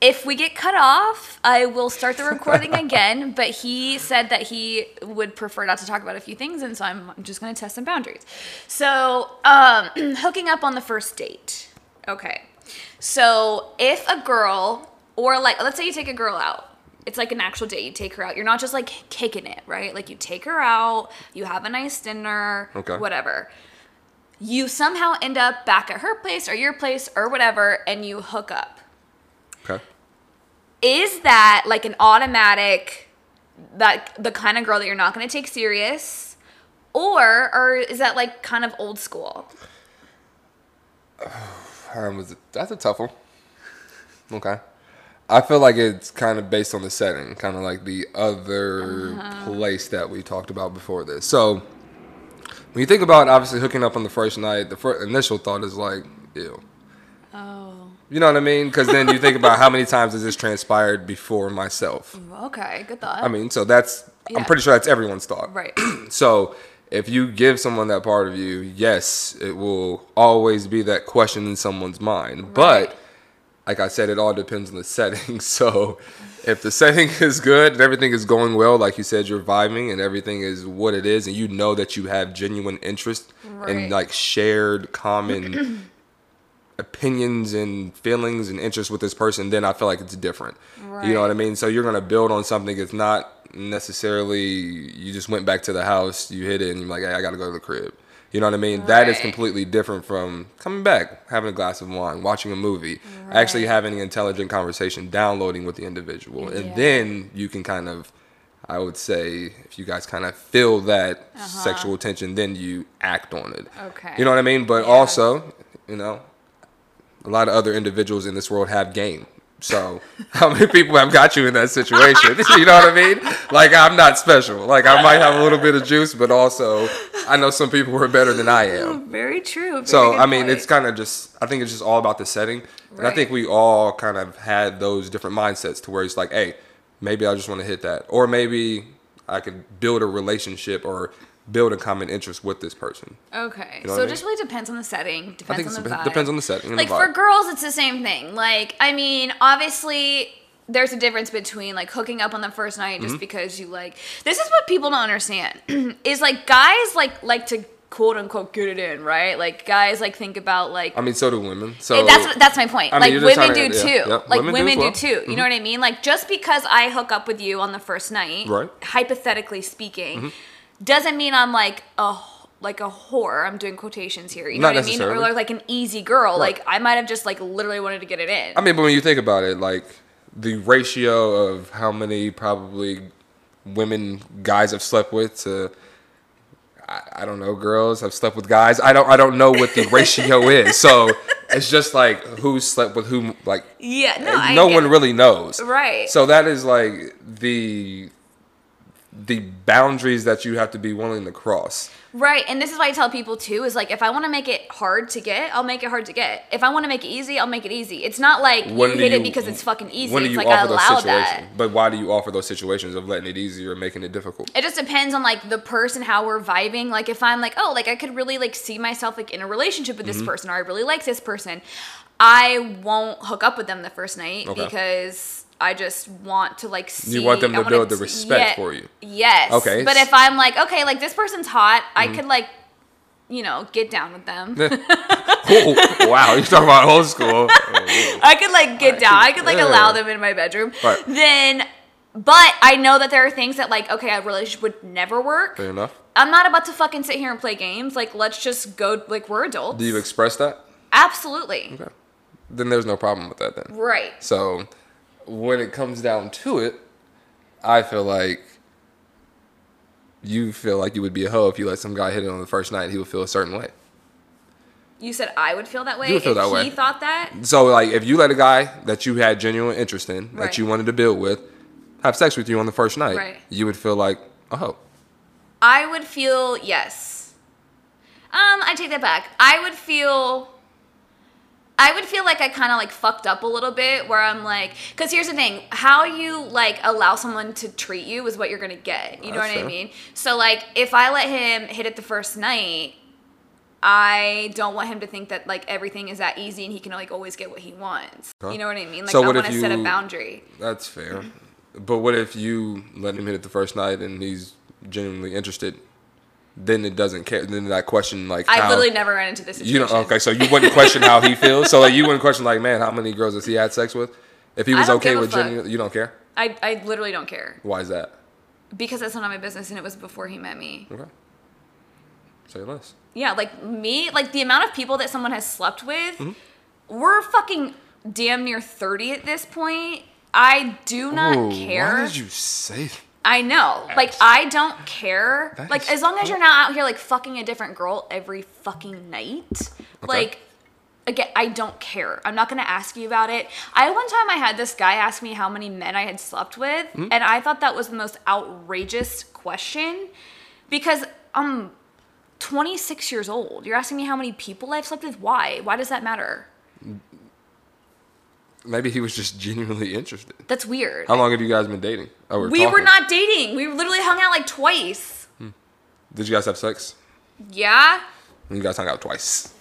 Speaker 1: if we get cut off, I will start the recording again. But he said that he would prefer not to talk about a few things, and so I'm just going to test some boundaries. So um, [CLEARS THROAT] hooking up on the first date. Okay. So if a girl, or like, let's say you take a girl out. It's like an actual date. You take her out. You're not just like kicking it, right? Like you take her out. You have a nice dinner.
Speaker 2: Okay.
Speaker 1: Whatever you somehow end up back at her place or your place or whatever and you hook up.
Speaker 2: Okay.
Speaker 1: Is that like an automatic that the kind of girl that you're not going to take serious or or is that like kind of old school?
Speaker 2: Um, was it- that's a tough one. Okay. I feel like it's kind of based on the setting, kind of like the other place that we talked about before this. So, When you think about obviously hooking up on the first night, the first initial thought is like, ew.
Speaker 1: Oh.
Speaker 2: You know what I mean? Because then you think about how many times has this transpired before myself.
Speaker 1: Okay. Good thought.
Speaker 2: I mean, so that's
Speaker 1: Yeah.
Speaker 2: I'm pretty sure that's everyone's
Speaker 1: [COUGHS]
Speaker 2: thought.
Speaker 1: right.
Speaker 2: So if you give someone that part of you, yes, it will always be that question in someone's mind.
Speaker 1: Right.
Speaker 2: But like I said, it all depends on the [LAUGHS] setting. So if the setting [LAUGHS] is good and everything is going well, like you said, you're vibing and everything is what it is, and you know that you have genuine interest
Speaker 1: Right.
Speaker 2: and like shared
Speaker 1: [CLEARS THROAT]
Speaker 2: common opinions and feelings and interests with this person, then I feel like it's different. You know what I
Speaker 1: Right.
Speaker 2: mean? So you're gonna build on something. It's not necessarily you just went back to the house, you hit it, and you're like, hey, I gotta go to the crib. You know what I mean? That is
Speaker 1: Right.
Speaker 2: completely different from coming back, having a glass of wine, watching a movie, actually
Speaker 1: Right.
Speaker 2: having an intelligent conversation, downloading with the individual, and
Speaker 1: Yeah.
Speaker 2: then you can kind of. I would say if you guys kind of feel that sexual tension, then you act on it.
Speaker 1: Uh-huh. Okay.
Speaker 2: You know what I mean? But
Speaker 1: Yeah.
Speaker 2: also, you know, a lot of other individuals in this world have game. So [LAUGHS] how many people have got you in that situation? [LAUGHS] you know what I mean? Like I'm not special. Like I might have a little bit of juice, but also I know some people who are better than I
Speaker 1: [LAUGHS]
Speaker 2: am.
Speaker 1: [COUGHS] Very true. Very
Speaker 2: So
Speaker 1: good
Speaker 2: I mean,
Speaker 1: point.
Speaker 2: it's kind of just. I think it's just all about the setting, and I
Speaker 1: Right.
Speaker 2: think we all kind of had those different mindsets to where it's like, hey, maybe I just want to hit that, or maybe I could build a relationship or build a common interest with this person.
Speaker 1: Okay.
Speaker 2: know what
Speaker 1: so
Speaker 2: I
Speaker 1: it just really depends on the setting. Depends
Speaker 2: I think
Speaker 1: on
Speaker 2: it
Speaker 1: the vibe.
Speaker 2: depends on the setting. And
Speaker 1: Like
Speaker 2: the vibe.
Speaker 1: for girls, it's the same thing. Like, I mean, obviously there's a difference between like hooking up on the first night just because you like this is what people don't understand [CLEARS THROAT] is like guys like like to quote unquote get it in right like guys like think about like
Speaker 2: I mean, so do women. So
Speaker 1: It- that's what- that's my point.
Speaker 2: I mean,
Speaker 1: like
Speaker 2: you're just
Speaker 1: women do
Speaker 2: trying to-
Speaker 1: too.
Speaker 2: yeah, yeah.
Speaker 1: Like
Speaker 2: Women
Speaker 1: women,
Speaker 2: do as
Speaker 1: do,
Speaker 2: well. Mm-hmm.
Speaker 1: too. You know what I mean? Like just because I hook up with you on the first night,
Speaker 2: Right. Mm-hmm.
Speaker 1: hypothetically speaking, doesn't mean I'm like a wh- like a whore. I'm doing quotations here. You
Speaker 2: Not
Speaker 1: know what I mean? Or
Speaker 2: necessarily.
Speaker 1: like an easy girl.
Speaker 2: Right.
Speaker 1: Like I might have just like literally wanted to get it in.
Speaker 2: I mean, but when you think about it, like the ratio of how many probably women guys have slept with to I, I don't know girls have slept with guys. I don't I don't know what the
Speaker 1: [LAUGHS]
Speaker 2: ratio is. So it's just like who slept with whom. Like
Speaker 1: yeah. No. I
Speaker 2: no
Speaker 1: get
Speaker 2: one
Speaker 1: it.
Speaker 2: really knows.
Speaker 1: Right.
Speaker 2: So that is like the the boundaries that you have to be willing to cross.
Speaker 1: Right, and this is why I tell people too is like if I want to make it hard to get, I'll make it hard to get. If I want to make it easy, I'll make it easy. It's not like
Speaker 2: When
Speaker 1: you
Speaker 2: do
Speaker 1: hit
Speaker 2: you-
Speaker 1: it because it's fucking easy.
Speaker 2: When do
Speaker 1: it's
Speaker 2: you
Speaker 1: like I
Speaker 2: offer those
Speaker 1: allow
Speaker 2: situations?
Speaker 1: that.
Speaker 2: But why do you offer those situations of letting it easy or making it difficult?
Speaker 1: it just depends on like the person how we're vibing like if i'm like oh like i could really like see myself like in a relationship with this
Speaker 2: Mm-hmm.
Speaker 1: person or i really like this person i won't hook up with them the first night
Speaker 2: Okay.
Speaker 1: because i just want to like see
Speaker 2: want them
Speaker 1: I
Speaker 2: to
Speaker 1: wanna
Speaker 2: build the
Speaker 1: t-
Speaker 2: respect
Speaker 1: yeah,
Speaker 2: for you.
Speaker 1: yes
Speaker 2: Okay. Mm-hmm.
Speaker 1: okay but if i'm like okay like this person's hot i could like you know get down with them
Speaker 2: [LAUGHS] Oh, wow, you're talking about old school. Oh,
Speaker 1: [LAUGHS] I could like get down. I could like
Speaker 2: Yeah.
Speaker 1: allow them in my bedroom.
Speaker 2: Right.
Speaker 1: Then, but I know that there are things that like okay, a relationship would never work.
Speaker 2: Fair enough.
Speaker 1: I'm not about to fucking sit here and play games. Like, let's just go. Like, we're adults.
Speaker 2: Do you express that?
Speaker 1: Absolutely.
Speaker 2: Okay. Then there's no problem with that then.
Speaker 1: Right.
Speaker 2: So when it comes down to it, I feel like you feel like you would be a hoe if you let some guy hit it on the first night. He would feel a certain way.
Speaker 1: You said I would feel that way.
Speaker 2: You would feel
Speaker 1: if
Speaker 2: that
Speaker 1: he
Speaker 2: way.
Speaker 1: thought that.
Speaker 2: So like, if you let a guy that you had genuine interest in, that
Speaker 1: Right.
Speaker 2: you wanted to build with, have sex with you on the first night,
Speaker 1: Right.
Speaker 2: you would feel like a hoe.
Speaker 1: I would feel yes. Um, I take that back. I would feel. I would feel like I kind of like fucked up a little bit where I'm like, because here's the thing how you like allow someone to treat you is what you're gonna get. You know
Speaker 2: That's
Speaker 1: what
Speaker 2: fair.
Speaker 1: I mean? So, like, if I let him hit it the first night, I don't want him to think that like everything is that easy and he can like always get what he wants.
Speaker 2: Okay.
Speaker 1: You know what I mean? Like,
Speaker 2: So
Speaker 1: I
Speaker 2: what if
Speaker 1: want to set a
Speaker 2: you-
Speaker 1: boundary.
Speaker 2: That's fair. But what if you let him hit it the first night and he's genuinely interested? Then it doesn't care. Then that question, like,
Speaker 1: I
Speaker 2: how,
Speaker 1: literally never ran into this
Speaker 2: you
Speaker 1: situation.
Speaker 2: don't. Okay, so you wouldn't question how he feels. So like, you wouldn't question like, man, how many girls has he had sex with? If he
Speaker 1: I
Speaker 2: was
Speaker 1: don't
Speaker 2: okay
Speaker 1: give a
Speaker 2: with
Speaker 1: fuck.
Speaker 2: genuine, you don't care.
Speaker 1: I, I literally don't care
Speaker 2: Why is that?
Speaker 1: because that's none of my business and it was before he met me.
Speaker 2: Okay. Say less.
Speaker 1: Yeah, like me, like the amount of people that someone has slept with, we're fucking damn near 30 at this point. I do not care.
Speaker 2: Why did you say? that?
Speaker 1: I know. Like I don't care.
Speaker 2: That is
Speaker 1: Like as long as you're not out here like fucking a different girl every fucking night. Like again, I don't care. I'm not gonna ask you about it. I one time I had this guy ask me how many men I had slept with,
Speaker 2: Hmm?
Speaker 1: and I thought that was the most outrageous question because um 26 years old. You're asking me how many people I've slept with? Why? Why does that matter?
Speaker 2: Maybe he was just genuinely interested.
Speaker 1: That's weird.
Speaker 2: How long have you guys been dating? Oh,
Speaker 1: we were
Speaker 2: talking.
Speaker 1: not dating. We literally hung out like twice.
Speaker 2: Did you guys have sex?
Speaker 1: Yeah?
Speaker 2: You guys hung out twice.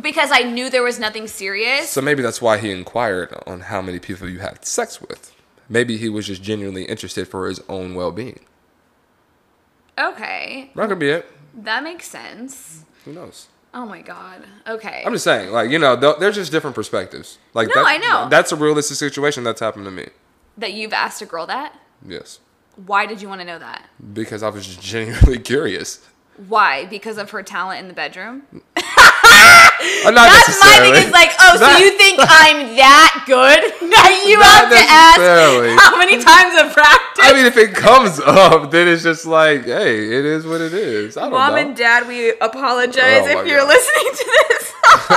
Speaker 1: Because I knew there was nothing serious.
Speaker 2: So maybe that's why he inquired on how many people you had sex with. Maybe he was just genuinely interested for his own well being.
Speaker 1: Okay.
Speaker 2: That could be it.
Speaker 1: That makes sense.
Speaker 2: Who knows?
Speaker 1: Oh my god. Okay.
Speaker 2: I'm just saying, like, you know, th- there's just different perspectives. Like,
Speaker 1: No,
Speaker 2: that,
Speaker 1: I know.
Speaker 2: That's a realistic situation that's happened to me.
Speaker 1: that you've asked a girl that?
Speaker 2: Yes.
Speaker 1: Why did you want to know that?
Speaker 2: Because I was just genuinely [LAUGHS] curious.
Speaker 1: Why? Because of her talent in the bedroom?
Speaker 2: Uh,
Speaker 1: That's
Speaker 2: not
Speaker 1: my
Speaker 2: necessarily.
Speaker 1: thing is like, oh, so
Speaker 2: Not-
Speaker 1: you think I'm that good [LAUGHS] that you
Speaker 2: Not
Speaker 1: have to
Speaker 2: necessarily.
Speaker 1: ask how many times I've practiced?
Speaker 2: [LAUGHS] I mean, if it comes up, then it's just like, hey, it is what it is. I don't
Speaker 1: Mom
Speaker 2: know.
Speaker 1: and Dad, we apologize
Speaker 2: Oh my
Speaker 1: if you're
Speaker 2: God.
Speaker 1: listening to this. [LAUGHS]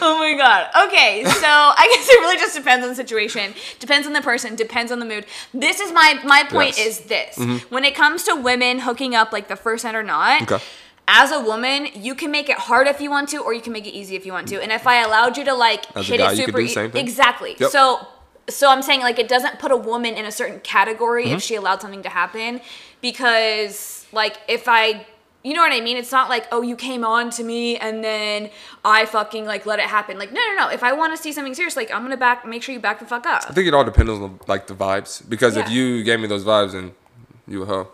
Speaker 1: oh my god. Okay, so I guess it really just depends on the situation, depends on the person, depends on the mood. This is my my point
Speaker 2: Yes. Mm-hmm.
Speaker 1: is this. When it comes to women hooking up like the first night or not,
Speaker 2: Okay.
Speaker 1: as a woman, you can make it hard if you want to, or you can make it easy if you want to. And if I allowed you to like
Speaker 2: As a
Speaker 1: hit
Speaker 2: guy,
Speaker 1: it
Speaker 2: you could
Speaker 1: super
Speaker 2: do the
Speaker 1: ea-
Speaker 2: same thing.
Speaker 1: exactly.
Speaker 2: Yep.
Speaker 1: So so I'm saying like it doesn't put a woman in a certain category
Speaker 2: Mm-hmm.
Speaker 1: if she allowed something to happen because like if I you know what I mean? It's not like, oh, you came on to me and then I fucking like let it happen. Like, no, no, no. If I want to see something serious, like I'm gonna back make sure you back the fuck
Speaker 2: I
Speaker 1: up.
Speaker 2: think it all depends on like the vibes. Because if
Speaker 1: Yeah.
Speaker 2: you gave me those vibes, and you a hoe.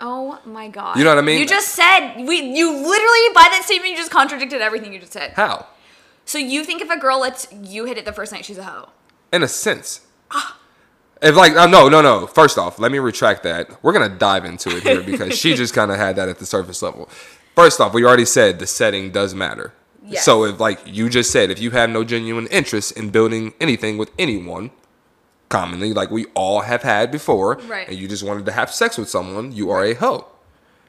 Speaker 1: Oh my god.
Speaker 2: You know what I mean?
Speaker 1: You just said we you literally by that statement you just contradicted everything you just said.
Speaker 2: How?
Speaker 1: So you think if a girl lets you hit it the first night, she's a hoe?
Speaker 2: In a sense. If like uh, no no no. First off, let me retract that. We're gonna dive into it here because she just kind of had that at the surface level. First off, we already said the setting does matter.
Speaker 1: Yes.
Speaker 2: So if like you just said, if you have no genuine interest in building anything with anyone, commonly like we all have had before,
Speaker 1: Right.
Speaker 2: and you just wanted to have sex with someone, you are a hoe.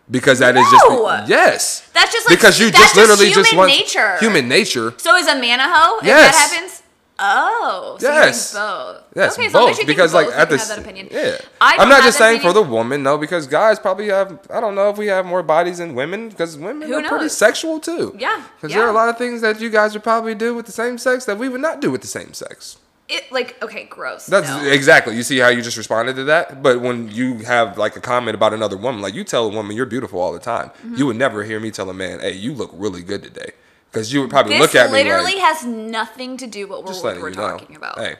Speaker 2: Because that is just
Speaker 1: No!
Speaker 2: yes.
Speaker 1: That's just like
Speaker 2: because you
Speaker 1: that's
Speaker 2: just literally
Speaker 1: human
Speaker 2: just want
Speaker 1: nature.
Speaker 2: human nature.
Speaker 1: So is a man a hoe if
Speaker 2: Yes.
Speaker 1: that happens? Oh, so you
Speaker 2: Yes.
Speaker 1: think both.
Speaker 2: Yes,
Speaker 1: okay, so
Speaker 2: both
Speaker 1: I should
Speaker 2: because
Speaker 1: think
Speaker 2: like
Speaker 1: both
Speaker 2: at
Speaker 1: if you
Speaker 2: the
Speaker 1: have that opinion.
Speaker 2: yeah,
Speaker 1: I
Speaker 2: I'm
Speaker 1: don't
Speaker 2: not
Speaker 1: have
Speaker 2: just
Speaker 1: that
Speaker 2: saying for the
Speaker 1: opinion.
Speaker 2: woman no, because guys probably have I don't know if we have more bodies than women because women
Speaker 1: Who
Speaker 2: are pretty
Speaker 1: knows?
Speaker 2: sexual too.
Speaker 1: Yeah,
Speaker 2: because there are
Speaker 1: yeah.
Speaker 2: a lot of things that you guys would probably do with the same sex that we would not do with the same sex.
Speaker 1: It like okay, gross.
Speaker 2: That's
Speaker 1: no.
Speaker 2: exactly. You see how you just responded to that, but when you have like a comment about another woman, like you tell a woman you're beautiful all the time,
Speaker 1: Mm-hmm.
Speaker 2: you would never hear me tell a man, "Hey, you look really good today," because you would probably
Speaker 1: this
Speaker 2: look at me
Speaker 1: literally
Speaker 2: like,
Speaker 1: has nothing to do what we're,
Speaker 2: "Just
Speaker 1: what
Speaker 2: letting
Speaker 1: we're
Speaker 2: you know."
Speaker 1: talking about.
Speaker 2: Hey,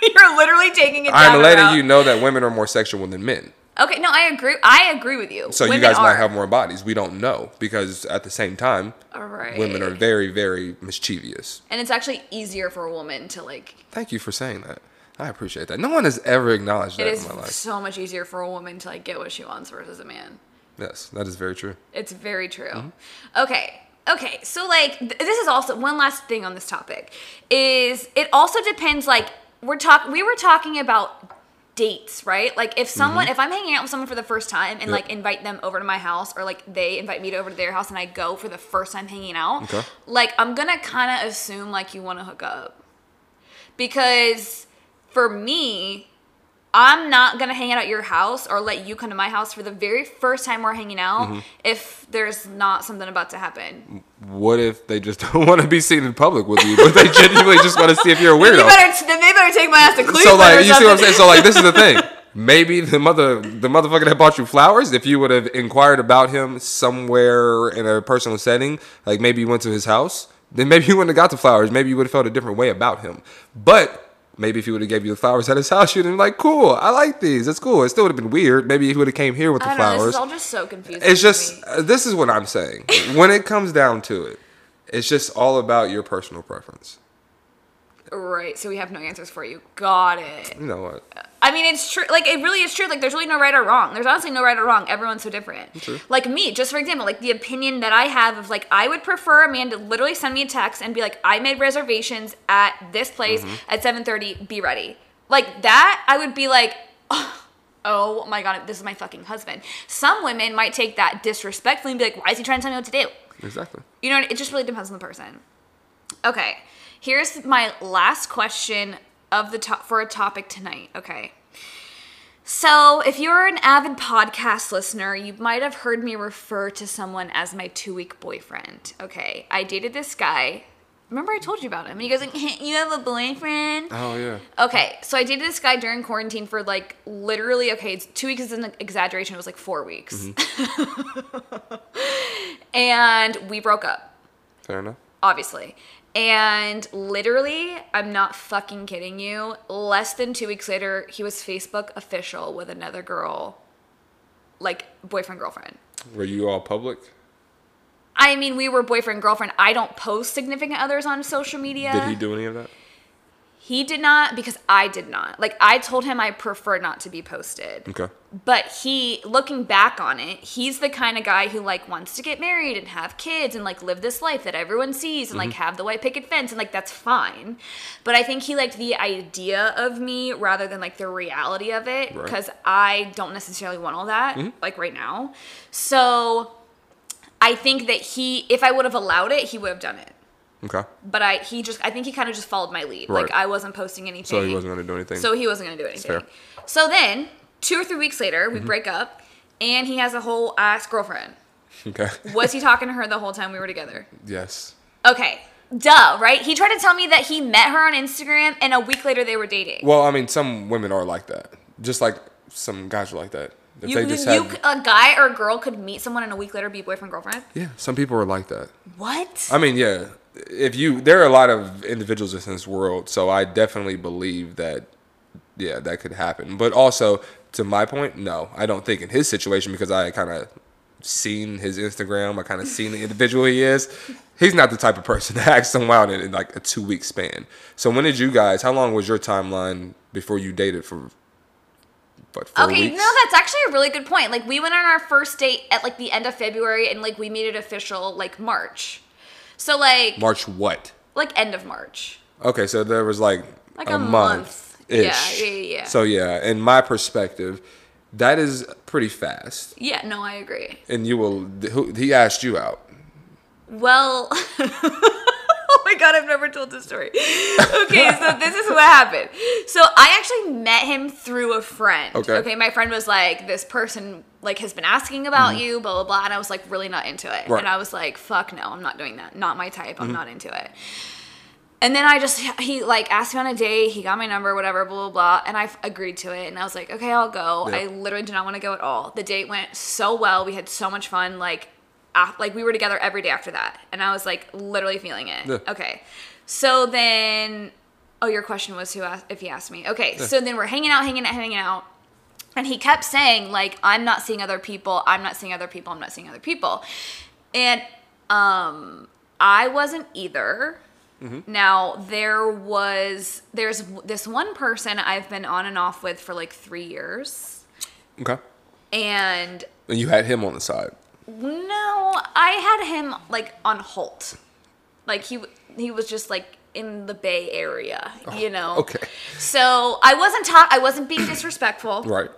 Speaker 1: [LAUGHS] You're literally taking it down.
Speaker 2: I'm
Speaker 1: a
Speaker 2: letting
Speaker 1: route.
Speaker 2: you know that women are more sexual than men.
Speaker 1: Okay, no, I agree. I agree with you.
Speaker 2: So
Speaker 1: Women
Speaker 2: you guys
Speaker 1: are.
Speaker 2: might have more bodies. We don't know because at the same time,
Speaker 1: All right.
Speaker 2: women are very, very mischievous.
Speaker 1: and it's actually easier for a woman to like.
Speaker 2: Thank you for saying that. I appreciate that. No one has ever acknowledged
Speaker 1: It
Speaker 2: that
Speaker 1: is
Speaker 2: in my life.
Speaker 1: so much easier for a woman to like get what she wants versus a man.
Speaker 2: Yes, that is very true.
Speaker 1: It's very true.
Speaker 2: Mm-hmm.
Speaker 1: Okay. Okay. So like th- this is also one last thing on this topic is it also depends like we're talk we were talking about dates, right? Like if someone if I'm hanging out with someone for the first time and
Speaker 2: Mm-hmm. Yep.
Speaker 1: like invite them over to my house or like they invite me to over to their house and I go for the first time hanging out,
Speaker 2: Okay.
Speaker 1: like I'm going to kind of assume like you want to hook up. Because for me, I'm not gonna hang out at your house or let you come to my house for the very first time we're hanging out
Speaker 2: Mm-hmm.
Speaker 1: if there's not something about to happen.
Speaker 2: What if they just [LAUGHS] don't want to be seen in public with you, but they genuinely just want to see if you're a
Speaker 1: You [LAUGHS]
Speaker 2: weirdo?
Speaker 1: better, then they better take my ass to Cleveland.
Speaker 2: so like,
Speaker 1: or
Speaker 2: you see what I'm
Speaker 1: something.
Speaker 2: saying? So like, this is
Speaker 1: [LAUGHS]
Speaker 2: the thing. Maybe the mother, the motherfucker that bought you flowers, if you would have inquired about him somewhere in a personal setting, like maybe you went to his house, then maybe you wouldn't have got the flowers. Maybe you would have felt a different way about him. But maybe if he would have gave you the flowers at his [LAUGHS] house, you'd have been like, "Cool, I like these. It's cool." It still would have been weird. Maybe he would have came here with the
Speaker 1: I don't know. This
Speaker 2: flowers.
Speaker 1: is all just so confusing.
Speaker 2: It's
Speaker 1: to
Speaker 2: just
Speaker 1: me.
Speaker 2: uh, this is what I'm saying. when it comes down to it, it's just all about your personal preference.
Speaker 1: right. So we have no answers for you. Got it.
Speaker 2: You know what?
Speaker 1: I mean, it's true. Like, it really is true. Like, there's really no right or wrong. There's honestly no right or wrong. Everyone's so different. Like, me, just for example, like, the opinion that I have of, like, I would prefer a man to literally send me a text and be like, I made reservations at this place at 7.30. Be ready. Like, that, I would be like, oh my God, this is my fucking husband. Some women might take that disrespectfully and be like, why is he trying to tell me what to do?
Speaker 2: Exactly.
Speaker 1: You know, it just really depends on the person. Okay, here's my last question of the top for a topic tonight. Okay, So, if you're an avid podcast listener, you might have heard me refer to someone as my two week boyfriend. Okay, I dated this guy. Remember, I told you about him. And he goes, like, You have a boyfriend?
Speaker 2: Oh yeah.
Speaker 1: Okay, so I dated this guy during quarantine for like literally, okay, it's two weeks is an exaggeration. It was like four weeks. [LAUGHS] and we broke up,
Speaker 2: Fair enough.
Speaker 1: obviously. And literally, I'm not fucking kidding you. Less than two weeks later, he was Facebook official with another girl, like boyfriend, girlfriend.
Speaker 2: Were you all public?
Speaker 1: I mean, we were boyfriend, girlfriend. I don't post significant others on social media.
Speaker 2: Did he do any of that?
Speaker 1: He did not because I did not. Like I told him I prefer not to be posted.
Speaker 2: Okay.
Speaker 1: But he looking back on it, he's the kind of guy who like wants to get married and have kids and like live this life that everyone sees and like
Speaker 2: Mm-hmm.
Speaker 1: have the white picket fence and like that's fine. But I think he liked the idea of me rather than like the reality of it
Speaker 2: Right. Mm-hmm.
Speaker 1: cuz I don't necessarily want all that like right now. So I think that he if I would have allowed it, he would have done it
Speaker 2: Okay.
Speaker 1: but I he just I think he kind of just followed my lead. Like
Speaker 2: Right.
Speaker 1: I wasn't posting anything.
Speaker 2: So he wasn't going to do anything.
Speaker 1: So he wasn't gonna do anything.
Speaker 2: fair. Mm-hmm.
Speaker 1: So then two or three weeks later, we break up, and he has a whole ass girlfriend.
Speaker 2: okay.
Speaker 1: Was he talking to her the whole time we were together?
Speaker 2: [LAUGHS] Yes.
Speaker 1: Okay. Duh, right? He tried to tell me that he met her on Instagram and a week later they were dating.
Speaker 2: Well, I mean, some women are like that. Just like some guys are like that. If
Speaker 1: you,
Speaker 2: they
Speaker 1: you,
Speaker 2: just
Speaker 1: you-
Speaker 2: have,
Speaker 1: a guy or a girl could meet someone and a week later be boyfriend girlfriend?
Speaker 2: yeah, some people are like that.
Speaker 1: What?
Speaker 2: I mean, yeah. If you, there are a lot of individuals in this world, so I definitely believe that, yeah, that could happen. But also, to my point, no, I don't think in his situation because I kind of seen his Instagram, I kind of seen the individual he is. He's not the type of person [LAUGHS] to act someone out in, in like a two week span. So when did you guys? How long was your timeline before you dated for? What, four
Speaker 1: Okay,
Speaker 2: weeks?
Speaker 1: no, that's actually a really good point. Like we went on our first date at like the end of February and like we made it official like March. So like
Speaker 2: March what?
Speaker 1: like end of March.
Speaker 2: Okay, so there was like,
Speaker 1: Like
Speaker 2: a,
Speaker 1: a
Speaker 2: month.
Speaker 1: month.
Speaker 2: Ish.
Speaker 1: Yeah, yeah, yeah, yeah.
Speaker 2: So yeah, in my perspective, that is pretty fast.
Speaker 1: Yeah, no, I agree.
Speaker 2: And you will. Who, he asked you out.
Speaker 1: Well, [LAUGHS] oh my god, I've never told this story. Okay,
Speaker 2: [LAUGHS]
Speaker 1: so this is what happened. So I actually met him through a friend.
Speaker 2: Okay.
Speaker 1: my friend was like, this person like has been asking about you, blah blah blah, and I was like really not into it,
Speaker 2: Mm-hmm. Right. Mm-hmm.
Speaker 1: and I was like, fuck no, I'm not doing that. Not my type. I'm not into it. And then I just he like asked me on a date. He got my number, whatever, blah blah blah, and I f- agreed to it. And I was like, okay, I'll go.
Speaker 2: Yeah.
Speaker 1: I literally did not want to go at all. The date went so well. We had so much fun. Like, af- like we were together every day after that, and I was like literally feeling it.
Speaker 2: Yeah.
Speaker 1: Okay, so then, oh, your question was who asked if he asked me. Okay, so then we're hanging out, hanging out, hanging out. And he kept saying, like, I'm not seeing other people, I'm not seeing other people, I'm not seeing other people. And um I wasn't either. Now there was there's w- this one person I've been on and off with for like 3 years
Speaker 2: Okay.
Speaker 1: and
Speaker 2: And you had him on the side.
Speaker 1: no, I had him like on halt. Like he w- he was just like in the Bay Area, you know.
Speaker 2: Oh, okay.
Speaker 1: So I wasn't ta- I wasn't being disrespectful.
Speaker 2: Right.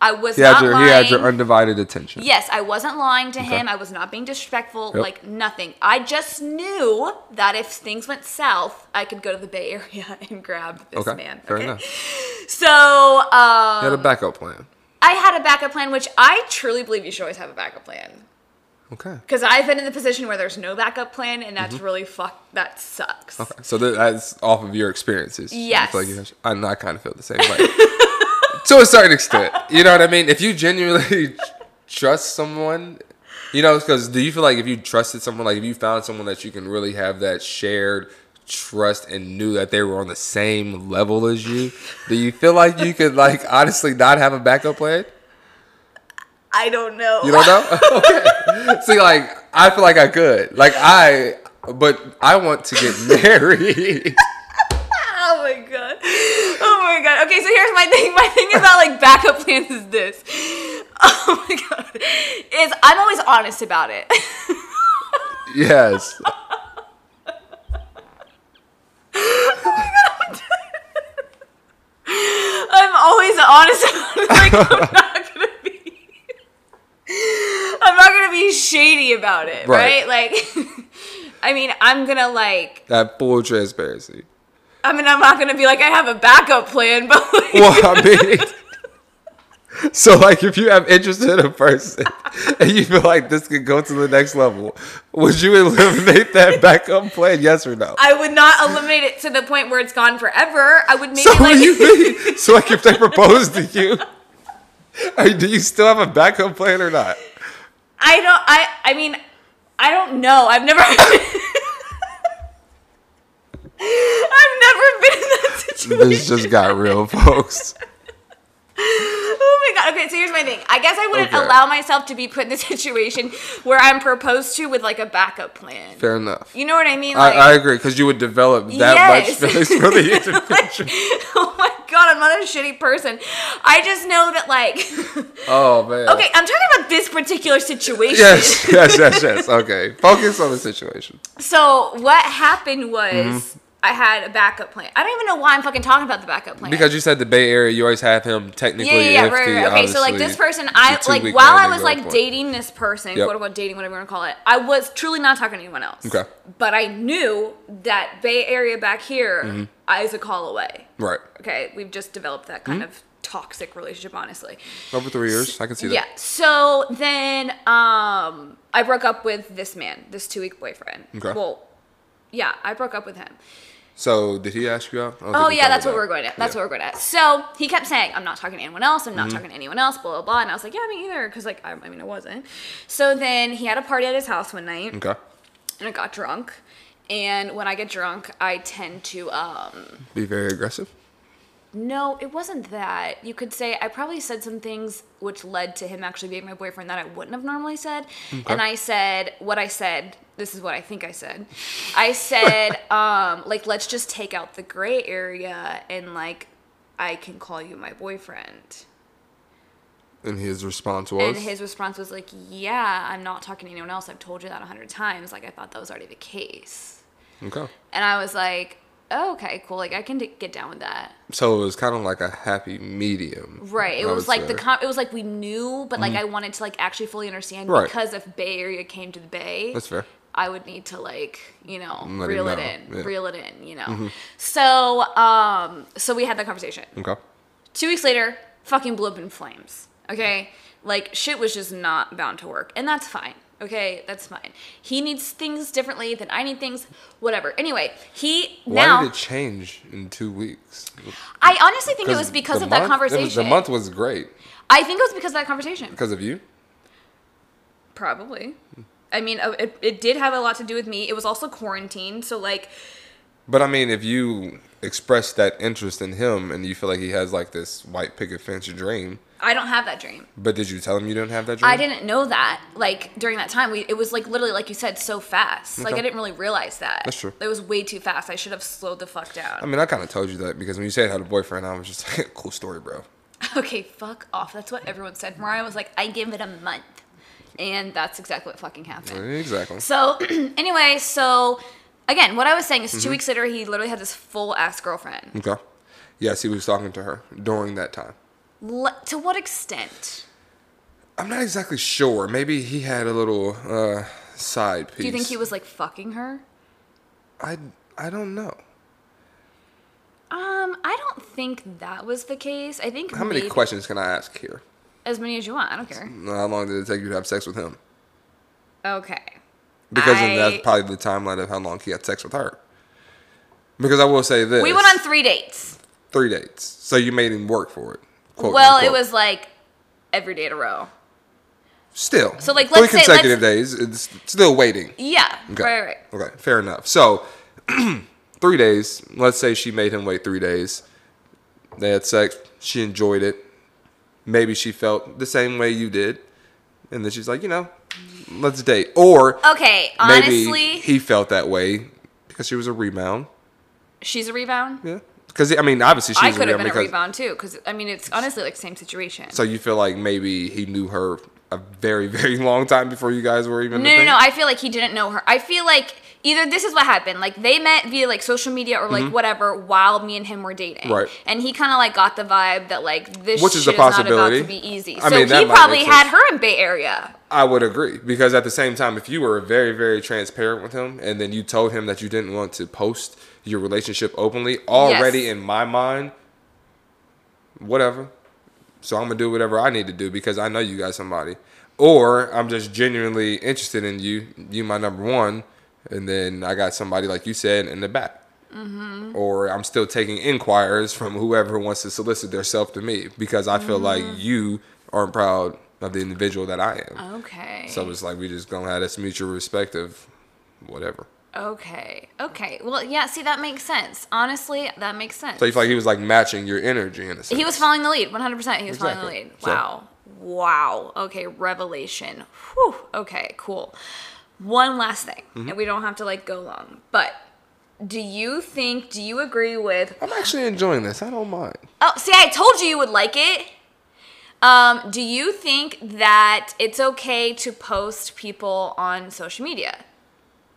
Speaker 1: I was
Speaker 2: He
Speaker 1: not
Speaker 2: had your.
Speaker 1: lying.
Speaker 2: He had your undivided attention.
Speaker 1: Yes, I wasn't lying to him. I was not being disrespectful,
Speaker 2: Yep.
Speaker 1: like nothing. I just knew that if things went south, I could go to the Bay Area [LAUGHS] and grab this
Speaker 2: Okay.
Speaker 1: man.
Speaker 2: Fair
Speaker 1: okay?
Speaker 2: enough.
Speaker 1: So um,
Speaker 2: He had a backup plan.
Speaker 1: I had a backup plan, which I truly believe you should always have a backup plan.
Speaker 2: Okay.
Speaker 1: Because I've been in the position where there's no backup plan, and that's really fuck. That sucks.
Speaker 2: Mm-hmm. Okay. So that- that's off of your experiences. I,
Speaker 1: Yes.
Speaker 2: feel like you have- I, know, I kind of feel the same way. [LAUGHS] to a certain extent. You know what I mean? If you genuinely [LAUGHS] trust someone, you know, because do you feel like if you trusted someone, like if you found someone that you can really have that shared trust and knew that they were on the same level as you, do you feel like you could, like, honestly not have a backup plan?
Speaker 1: I don't know.
Speaker 2: You don't know? [LAUGHS] okay. See, like, I feel like I could. Like, I, but I want to get [LAUGHS] married.
Speaker 1: [LAUGHS] Oh my god. Oh my god. Okay, so here's my thing. [LAUGHS] My thing about like backup plans is this. [LAUGHS] Oh my god. Is I'm always honest about it. [LAUGHS]
Speaker 2: Yes.
Speaker 1: I'm always honest about it. [LAUGHS] Like I'm not gonna be [LAUGHS] I'm not gonna be shady about it,
Speaker 2: Right.
Speaker 1: right? Like [LAUGHS] I mean, I'm gonna like
Speaker 2: That full transparency. [LAUGHS]
Speaker 1: [LAUGHS] I mean I'm not gonna be like I have a backup plan, but like,
Speaker 2: Well, I mean, [LAUGHS] So like if you have interest in a person [LAUGHS] and you feel like this could go to the next level, would you eliminate that [LAUGHS] backup plan? Yes or no?
Speaker 1: I would not eliminate it to the point where it's gone forever. I would make
Speaker 2: So
Speaker 1: it
Speaker 2: what
Speaker 1: like
Speaker 2: do
Speaker 1: [LAUGHS]
Speaker 2: you mean? So like if they propose to you, [LAUGHS] I mean, do you still have a backup plan or not?
Speaker 1: I don't. I. I mean, I don't know. I've never. [LAUGHS] I've never been in that [LAUGHS] situation.
Speaker 2: This just got real, folks.
Speaker 1: Oh my god. Okay, so here's my thing. I guess I wouldn't
Speaker 2: Okay.
Speaker 1: allow myself to be put in the [LAUGHS] situation where I'm proposed to with like a backup plan.
Speaker 2: Fair enough.
Speaker 1: You know what I mean?
Speaker 2: I, I agree because you would develop that
Speaker 1: Yes.
Speaker 2: much feelings for the individual.
Speaker 1: [LAUGHS] oh my god, I'm not a shitty person. I just know that like [LAUGHS]
Speaker 2: Oh man.
Speaker 1: Okay, I'm talking about this particular situation.
Speaker 2: Yes, yes, yes, yes. Okay. Focus on the situation.
Speaker 1: So what happened was
Speaker 2: Mm-hmm.
Speaker 1: I had a backup plan. I don't even know why I'm fucking talking about the backup plan.
Speaker 2: Because you said the Bay Area, you always have him technically.
Speaker 1: yeah, yeah, yeah,
Speaker 2: if
Speaker 1: right,
Speaker 2: the,
Speaker 1: right. Okay, so like
Speaker 2: obviously,
Speaker 1: this person,
Speaker 2: the
Speaker 1: I like
Speaker 2: two-week
Speaker 1: while I
Speaker 2: landing
Speaker 1: was
Speaker 2: girl
Speaker 1: like
Speaker 2: point.
Speaker 1: dating this person,
Speaker 2: Yep.
Speaker 1: quote unquote dating, whatever you want to call it, I was truly not talking to anyone else.
Speaker 2: Okay.
Speaker 1: But I knew that Bay Area back here
Speaker 2: Mm-hmm.
Speaker 1: I is a call away.
Speaker 2: Right.
Speaker 1: Okay, we've just developed that kind of toxic relationship, honestly.
Speaker 2: Over three years, I can Mm-hmm. see that.
Speaker 1: Yeah. So then um I broke up with this man, this two week boyfriend.
Speaker 2: Okay.
Speaker 1: Well, yeah, I broke up with him.
Speaker 2: So did he ask you out? I don't think
Speaker 1: Oh
Speaker 2: we
Speaker 1: yeah, that's
Speaker 2: covered
Speaker 1: what
Speaker 2: that.
Speaker 1: we're going at. That's
Speaker 2: Yeah.
Speaker 1: what we're going at. So he kept saying, "I'm not talking to anyone else. I'm not talking to anyone else." Blah blah blah. And I was like, "Yeah, me either," because like I, I mean, I wasn't. So then he had a party at his house one night,
Speaker 2: Okay.
Speaker 1: and I got drunk. And when I get drunk, I tend to um
Speaker 2: Be very aggressive.
Speaker 1: no, it wasn't that. You could say I probably said some things which led to him actually being my boyfriend that I wouldn't have normally said. And I said what I said. This is what I think I said. I said um like let's just take out the gray area and like I can call you my boyfriend.
Speaker 2: And his response
Speaker 1: And
Speaker 2: was.
Speaker 1: his response was like, "Yeah, I'm not talking to anyone else. I've told you that a hundred times. Like I thought that was already the case."
Speaker 2: okay.
Speaker 1: And I was like, oh, "Okay, cool. Like I can d- get down with that."
Speaker 2: So it was kind of like a happy medium.
Speaker 1: Right. It
Speaker 2: I
Speaker 1: was
Speaker 2: would
Speaker 1: like the
Speaker 2: say. Mm-hmm.
Speaker 1: com- it was like we knew, but like I wanted to like actually fully understand
Speaker 2: Right.
Speaker 1: because if Bay Area came to the Bay,
Speaker 2: That's fair. Mm,
Speaker 1: I would need to like you know
Speaker 2: Let it
Speaker 1: reel it,
Speaker 2: know.
Speaker 1: in,
Speaker 2: Yeah. Mm-hmm.
Speaker 1: reel it in, you know. So um, so we had that conversation.
Speaker 2: Okay.
Speaker 1: Two weeks later, fucking blew up in flames. Okay, like shit was just not bound to work, and that's fine. Okay, that's fine. He needs things differently than I need things. Whatever. Anyway, he
Speaker 2: Why
Speaker 1: now.
Speaker 2: did it change in two weeks?
Speaker 1: I honestly think it was because
Speaker 2: the
Speaker 1: of that
Speaker 2: month- it was-
Speaker 1: conversation.
Speaker 2: the month was great
Speaker 1: I think it was because of that conversation.
Speaker 2: because of you.
Speaker 1: Probably. I mean, uh, it, it did have a lot to do with me. It was also quarantine, so like,
Speaker 2: But I mean, if you express that interest in him and you feel like he has like this white picket fence dream,
Speaker 1: I don't have that dream.
Speaker 2: but did you tell him you didn't have that dream?
Speaker 1: I didn't know that. Like during that time, we it was like literally, like you said, so fast. Like
Speaker 2: Okay.
Speaker 1: I didn't really realize that.
Speaker 2: That's true. Um,
Speaker 1: It was way too fast. I should have slowed the fuck down.
Speaker 2: I mean, I kind of told you that because when you said I had a boyfriend, I was just like, [LAUGHS] cool story, bro.
Speaker 1: [LAUGHS] okay, fuck off. That's what everyone said. Mariah was like, I give it a month, and that's exactly what fucking happened.
Speaker 2: Exactly.
Speaker 1: So [CLEARS THROAT] anyway, so again, what I was saying is,
Speaker 2: Mm-hmm.
Speaker 1: two weeks later, he literally had this full ass girlfriend.
Speaker 2: Okay. Yes, he was talking to her during that time.
Speaker 1: Le- to what extent?
Speaker 2: I'm not exactly sure. Maybe he had a little uh, side piece.
Speaker 1: Do you think he was like fucking her?
Speaker 2: I, I don't know.
Speaker 1: Um, I don't think that was the case. I think
Speaker 2: How many
Speaker 1: maybe-
Speaker 2: questions can I ask here?
Speaker 1: As many as you want. I don't care.
Speaker 2: How long did it take you to have sex with him?
Speaker 1: Okay.
Speaker 2: Because then
Speaker 1: I-
Speaker 2: that's probably the timeline of how long he had sex with her. Because I will say this.
Speaker 1: We went on three dates.
Speaker 2: three dates. So you made him work for it. quote,
Speaker 1: well, it
Speaker 2: unquote.
Speaker 1: was like every day in a row.
Speaker 2: still
Speaker 1: So, like,
Speaker 2: three
Speaker 1: let's say- let's-
Speaker 2: consecutive days. It's still waiting.
Speaker 1: Yeah.
Speaker 2: Okay.
Speaker 1: Right, right, right.
Speaker 2: Okay, fair enough. So, [CLEARS THROAT] three days. Let's say she made him wait three days. They had sex. She enjoyed it. Maybe she felt the same way you did, and then she's like, you know, let's date. Or
Speaker 1: Okay.
Speaker 2: maybe
Speaker 1: Uh, Honestly,
Speaker 2: he felt that way because she was a rebound.
Speaker 1: she's a rebound.
Speaker 2: Yeah, because I mean, obviously she
Speaker 1: I
Speaker 2: was
Speaker 1: could
Speaker 2: a
Speaker 1: have
Speaker 2: rebound.
Speaker 1: been a
Speaker 2: because-
Speaker 1: rebound too, because I mean, it's honestly like same situation.
Speaker 2: So you feel like maybe he knew her a very [LAUGHS] very long time before you guys were even. a
Speaker 1: no, no,
Speaker 2: thing?
Speaker 1: no. I feel like he didn't know her. I feel like either this is what happened. Like they met via like social media or like whatever while me and him were dating.
Speaker 2: Mm-hmm. Right.
Speaker 1: And he kind of like got the vibe that like this
Speaker 2: Which
Speaker 1: shit is,
Speaker 2: is a
Speaker 1: not about
Speaker 2: possibility.
Speaker 1: to be easy.
Speaker 2: I
Speaker 1: so
Speaker 2: mean, that
Speaker 1: he
Speaker 2: might
Speaker 1: probably
Speaker 2: make
Speaker 1: had
Speaker 2: sense.
Speaker 1: her in Bay Area.
Speaker 2: I would agree because at the same time, if you were very, very transparent with him and then you told him that you didn't want to post your relationship openly, already in my mind, whatever, So I'm gonna do whatever I need to do because I know you got somebody, or I'm just genuinely interested in you. You my number one, and then I got somebody like you said in the back. Or I'm still taking inquires from whoever wants to solicit themselves to me because I feel like you aren't proud of the individual that I am.
Speaker 1: Okay.
Speaker 2: So it's like we just gonna have this mutual respect of whatever.
Speaker 1: okay. Okay. Well, yeah. See, that makes sense. Honestly, that makes sense.
Speaker 2: So you feel like he was like matching your energy in a sense.
Speaker 1: He was following the lead, 100%. He was following the
Speaker 2: Exactly.
Speaker 1: lead.
Speaker 2: So-
Speaker 1: Wow. Wow. Okay, revelation. Whew. Okay, cool. One last thing,
Speaker 2: Mm-hmm.
Speaker 1: and we don't have to like go long, but do you think, do you agree with,
Speaker 2: I'm actually enjoying this. I don't mind.
Speaker 1: oh, see, I told you you would like it. Um, do you think that it's okay to post people on social media?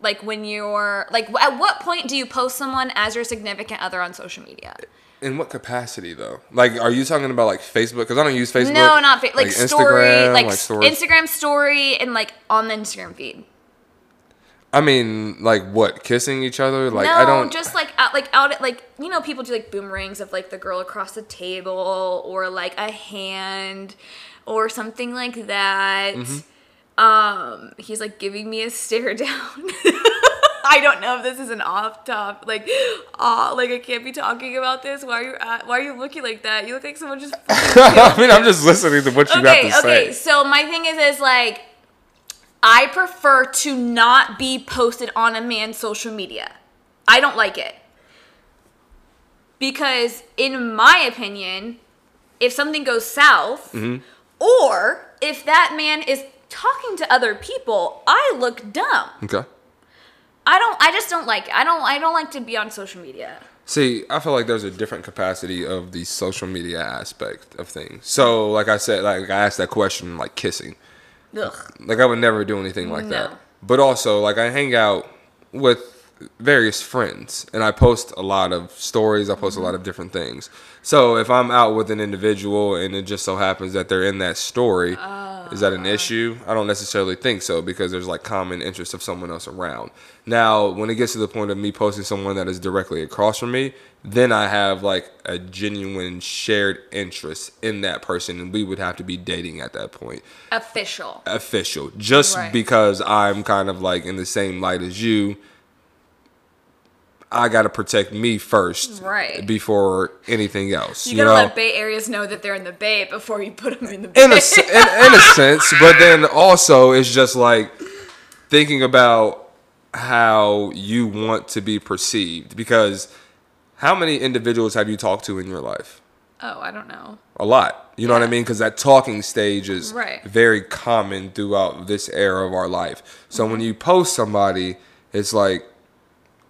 Speaker 1: Like when you're, like, at what point do you post someone as your significant other on social media?
Speaker 2: In what capacity though? Like, are you talking about like Facebook? Because I don't use Facebook.
Speaker 1: No, not fa- like, story,
Speaker 2: Instagram,
Speaker 1: like,
Speaker 2: like
Speaker 1: s-
Speaker 2: stories.
Speaker 1: Instagram story, and like on the Instagram feed.
Speaker 2: I mean, like what? Kissing each other? Like
Speaker 1: no,
Speaker 2: I don't.
Speaker 1: just like out, like out at like you know people do like boomerangs of like the girl across the table or like a hand or something like that.
Speaker 2: Mm-hmm.
Speaker 1: Um, he's like giving me a stare [LAUGHS] down. I don't know if this is an off top like, uh, like I can't be talking about this. Why are you at, why are you looking like that? You look like someone just
Speaker 2: [LAUGHS] I mean, I'm just listening to what you
Speaker 1: okay,
Speaker 2: have to
Speaker 1: okay.
Speaker 2: say.
Speaker 1: So my thing is, is like, I prefer to not be posted on a man's social media. I don't like it because, in my opinion, if something goes south,
Speaker 2: Mm-hmm.
Speaker 1: or if that man is talking to other people, I look dumb.
Speaker 2: Okay.
Speaker 1: I don't. I just don't like it. I don't. I don't like to be on social media.
Speaker 2: See, I feel like there's a different capacity of the social media aspect of things. So, like I said, like I asked that question, like kissing.
Speaker 1: Ugh.
Speaker 2: Like I would never do anything like
Speaker 1: No.
Speaker 2: that. But also, like I hang out with various friends and I post a lot of stories, I post a lot of different things. So if I'm out with an individual and it just so happens that they're in that story, is that an issue? I don't necessarily think so because there's like common interest of someone else around. Now, when it gets to the point of me posting someone that is directly across from me, then I have like a genuine shared interest in that person and we would have to be dating at that point
Speaker 1: Official.
Speaker 2: official just
Speaker 1: Right.
Speaker 2: because I'm kind of like in the same light as you. I gotta protect me first,
Speaker 1: Right.
Speaker 2: Before anything else,
Speaker 1: You
Speaker 2: you,
Speaker 1: gotta
Speaker 2: know.
Speaker 1: let Bay Areas know that they're in the Bay before you put them in the Bay.
Speaker 2: in a s- in, in a sense, but then also it's just like thinking about how you want to be perceived because how many individuals have you talked to in your life?
Speaker 1: oh, I don't know.
Speaker 2: a lot. You know what I mean? Because that talking stage is
Speaker 1: Right.
Speaker 2: very common throughout this era of our life. So
Speaker 1: Mm-hmm.
Speaker 2: when you post somebody, it's like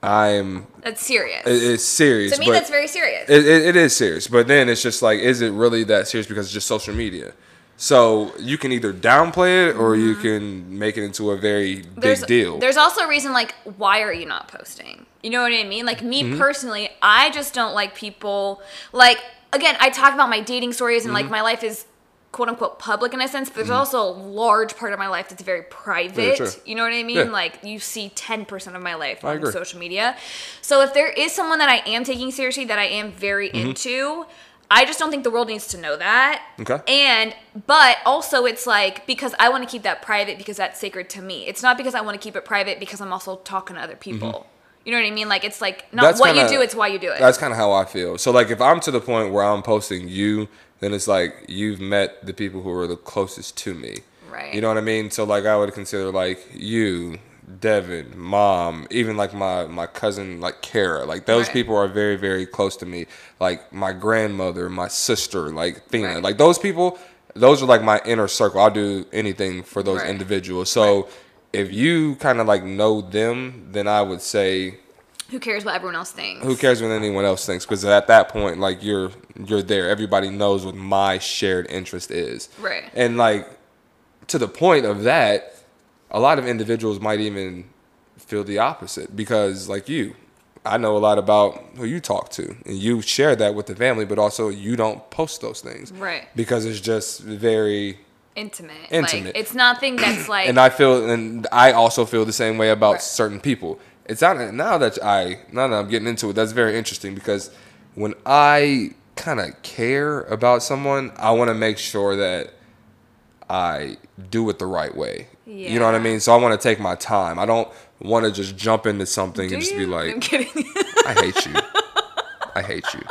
Speaker 2: I'm.
Speaker 1: That's serious.
Speaker 2: it- It's serious.
Speaker 1: to me,
Speaker 2: but
Speaker 1: that's very serious.
Speaker 2: It, it, it is serious, but then it's just like, is it really that serious? Because it's just social media. So you can either downplay it or you can make it into a very
Speaker 1: Mm-hmm. there's,
Speaker 2: big deal.
Speaker 1: There's also a reason, like, why are you not posting? You know what I mean? Like, me
Speaker 2: Mm-hmm.
Speaker 1: personally, I just don't like people. Like, again, I talk about my dating stories and,
Speaker 2: Mm-hmm.
Speaker 1: like, my life is quote unquote public in a sense, but there's also a large part of my life that's very private.
Speaker 2: true.
Speaker 1: You know what I mean?
Speaker 2: Yeah.
Speaker 1: Like, you see 10% of my life
Speaker 2: I
Speaker 1: on
Speaker 2: agree.
Speaker 1: social media. So, if there is someone that I am taking seriously, that I am very
Speaker 2: Mm-hmm.
Speaker 1: into, I just don't think the world needs to know that.
Speaker 2: Okay.
Speaker 1: And but also it's like because I want to keep that private because that's sacred to me. It's not because I want to keep it private because I'm also talking to other people. You know what I mean? Like it's like not
Speaker 2: Mm-hmm. That's
Speaker 1: what
Speaker 2: kinda-
Speaker 1: you do, it's why you do it.
Speaker 2: That's kind of how I feel. So like if I'm to the point where I'm posting you, then it's like you've met the people who are the closest to me.
Speaker 1: Right.
Speaker 2: You know what I mean? So like I would consider like you, Devin, mom, even like my my cousin like Kara. Like those
Speaker 1: Right.
Speaker 2: people are very very close to me. Like my grandmother, my sister, like Thina.
Speaker 1: Right.
Speaker 2: Like those people, those are like my inner circle. I'll do anything for those
Speaker 1: Right.
Speaker 2: individuals. So if you kind of like know them, then I would say
Speaker 1: Who cares what everyone else thinks?
Speaker 2: who cares what anyone else thinks because at that point like you're you're there everybody knows what my shared interest is
Speaker 1: Right.
Speaker 2: and like to the point of that a lot of individuals might even feel the opposite because like you i know a lot about who you talk to and you share that with the family but also you don't post those things
Speaker 1: Right.
Speaker 2: because it's just very
Speaker 1: Intimate. Like
Speaker 2: Intimate.
Speaker 1: it's nothing
Speaker 2: [CLEARS THROAT]
Speaker 1: that's like
Speaker 2: and I feel and I also feel the same way about
Speaker 1: Right.
Speaker 2: certain people. It's not now that I now that I'm getting into it, that's very interesting because when I kind of care about someone, I want to make sure that I do it the right way. You know what I
Speaker 1: Yeah.
Speaker 2: mean? So I want to take my time. I don't want to just jump into something
Speaker 1: Do
Speaker 2: and just
Speaker 1: you? [LAUGHS]
Speaker 2: be
Speaker 1: I'm
Speaker 2: like,
Speaker 1: kidding.
Speaker 2: I hate you. I hate you.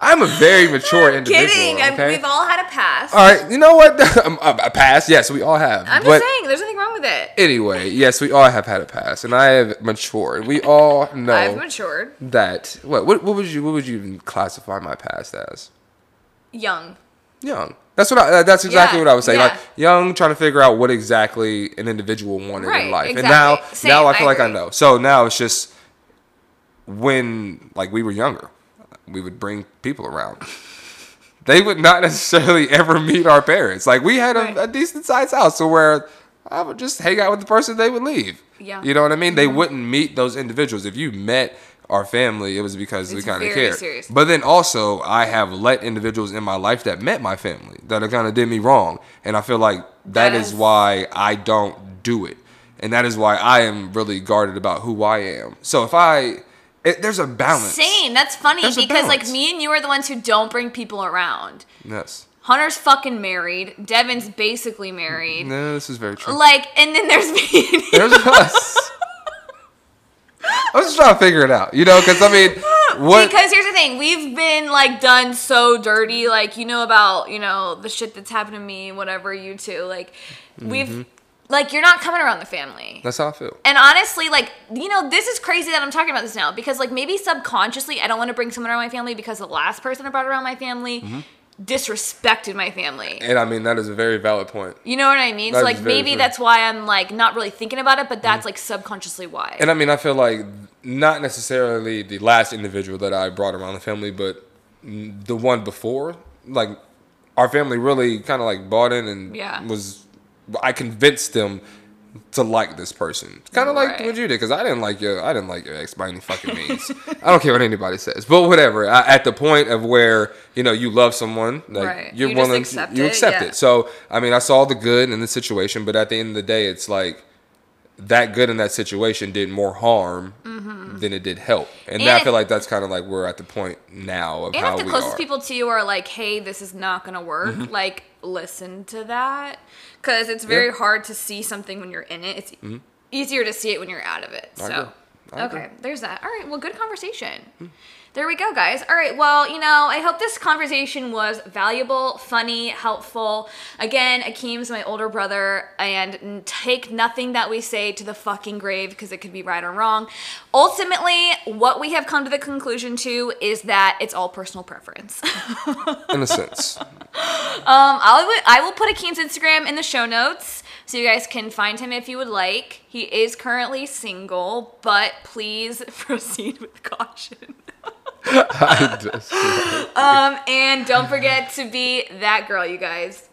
Speaker 2: I'm a very mature individual.
Speaker 1: kidding. I'm-
Speaker 2: okay?
Speaker 1: We've all had a past.
Speaker 2: all right. You know what? [LAUGHS] Um, a a pass. Yes, we all have.
Speaker 1: I'm
Speaker 2: but
Speaker 1: just saying, there's nothing wrong with it.
Speaker 2: anyway, yes, we all have had a pass, and I have matured. We all know
Speaker 1: I've matured.
Speaker 2: that. What, what? What would you? What would you even classify my past as?
Speaker 1: Young.
Speaker 2: young. That's what I, uh, that's exactly
Speaker 1: Yeah,
Speaker 2: what I was saying.
Speaker 1: yeah.
Speaker 2: Like young, trying to figure out what exactly an individual wanted in
Speaker 1: Right,
Speaker 2: life, and
Speaker 1: exactly.
Speaker 2: now
Speaker 1: Same,
Speaker 2: now I
Speaker 1: I
Speaker 2: feel like I
Speaker 1: agree.
Speaker 2: know. So now it's just when like we were younger, we would bring people around. They would not [LAUGHS] necessarily ever meet our parents. Like we had a,
Speaker 1: Right.
Speaker 2: a decent sized house, so where I would just hang out with the person, they would leave.
Speaker 1: Yeah. Mm-hmm.
Speaker 2: you know what I mean. They wouldn't meet those individuals. If you met our family, it was because
Speaker 1: It's
Speaker 2: we kind of
Speaker 1: very
Speaker 2: cared.
Speaker 1: serious.
Speaker 2: But then also, I have let individuals in my life that met my family that have kind of did me wrong, and I feel like that
Speaker 1: That
Speaker 2: is,
Speaker 1: is-
Speaker 2: why I don't do it, and that is why I am really guarded about who I am. So if I, it, there's a balance.
Speaker 1: Same. That's funny
Speaker 2: There's a
Speaker 1: because like
Speaker 2: balance.
Speaker 1: me and you are the ones who don't bring people around.
Speaker 2: Yes.
Speaker 1: Hunter's fucking married. Devin's basically married.
Speaker 2: No, this is very true.
Speaker 1: Like, and then there's [LAUGHS] me.
Speaker 2: There's us. I was just trying to figure it out, you know, because I
Speaker 1: [LAUGHS]
Speaker 2: mean, [LAUGHS] what?
Speaker 1: Because here's the thing, we've been like done so dirty, like you know about you know the shit that's happened to me, whatever you two, like we've like you're not coming around the family.
Speaker 2: Mm-hmm. that's how I feel.
Speaker 1: And honestly, like you know, this is crazy that I'm talking about this now because like maybe subconsciously I don't want to bring someone around my family because the last person I brought around my family
Speaker 2: Mm-hmm.
Speaker 1: disrespected my family.
Speaker 2: And I mean, that is a very valid point.
Speaker 1: You know what I mean? So
Speaker 2: That
Speaker 1: like
Speaker 2: is very
Speaker 1: maybe
Speaker 2: true. Mm.
Speaker 1: that's why I'm like not really thinking about it, but that's like subconsciously why.
Speaker 2: And I mean, I feel like not necessarily the last individual that I brought around the family, but mm, the one before, like our family really kind of like bought in and
Speaker 1: Yeah.
Speaker 2: was, I convinced them to like this person. Kind of like
Speaker 1: Right.
Speaker 2: what you did, because I didn't like your, I didn't like your ex by any fucking means. [LAUGHS] I don't care what anybody says, but whatever. I, at the point of where you know you love someone, like
Speaker 1: Right.
Speaker 2: you're
Speaker 1: You just
Speaker 2: willing,
Speaker 1: accept
Speaker 2: you
Speaker 1: it,
Speaker 2: accept
Speaker 1: yeah.
Speaker 2: it. So I mean, I saw the good in the situation, but at the end of the day, it's like that good in that situation did more harm than it did help. And,
Speaker 1: Mm-hmm. And
Speaker 2: I
Speaker 1: if-
Speaker 2: feel like that's kind of like we're at the point now of
Speaker 1: And
Speaker 2: how
Speaker 1: if the
Speaker 2: we
Speaker 1: closest
Speaker 2: are. Mm-hmm.
Speaker 1: people to you are like, hey, this is not going to work, like, listen to that. Because it's very
Speaker 2: Yeah. Mm-hmm.
Speaker 1: hard to see something when you're in it. It's easier to see it when you're out of it.
Speaker 2: I
Speaker 1: so,
Speaker 2: agree. I agree.
Speaker 1: okay, there's that. All right, well, good conversation. There we go, guys. All right, well, you know, I hope this conversation was valuable, funny, helpful. Again, Akeem's my older brother, and n- take nothing that we say to the fucking grave because it could be right or wrong. Ultimately, what we have come to the conclusion to is that it's all personal preference. [LAUGHS]
Speaker 2: in a [LAUGHS] sense.
Speaker 1: Um, I'll, I will put Akeem's Instagram in the show notes so you guys can find him if you would like. He is currently single, but please [LAUGHS] proceed with caution.
Speaker 2: I just-
Speaker 1: Um, and don't forget to be that girl, you guys.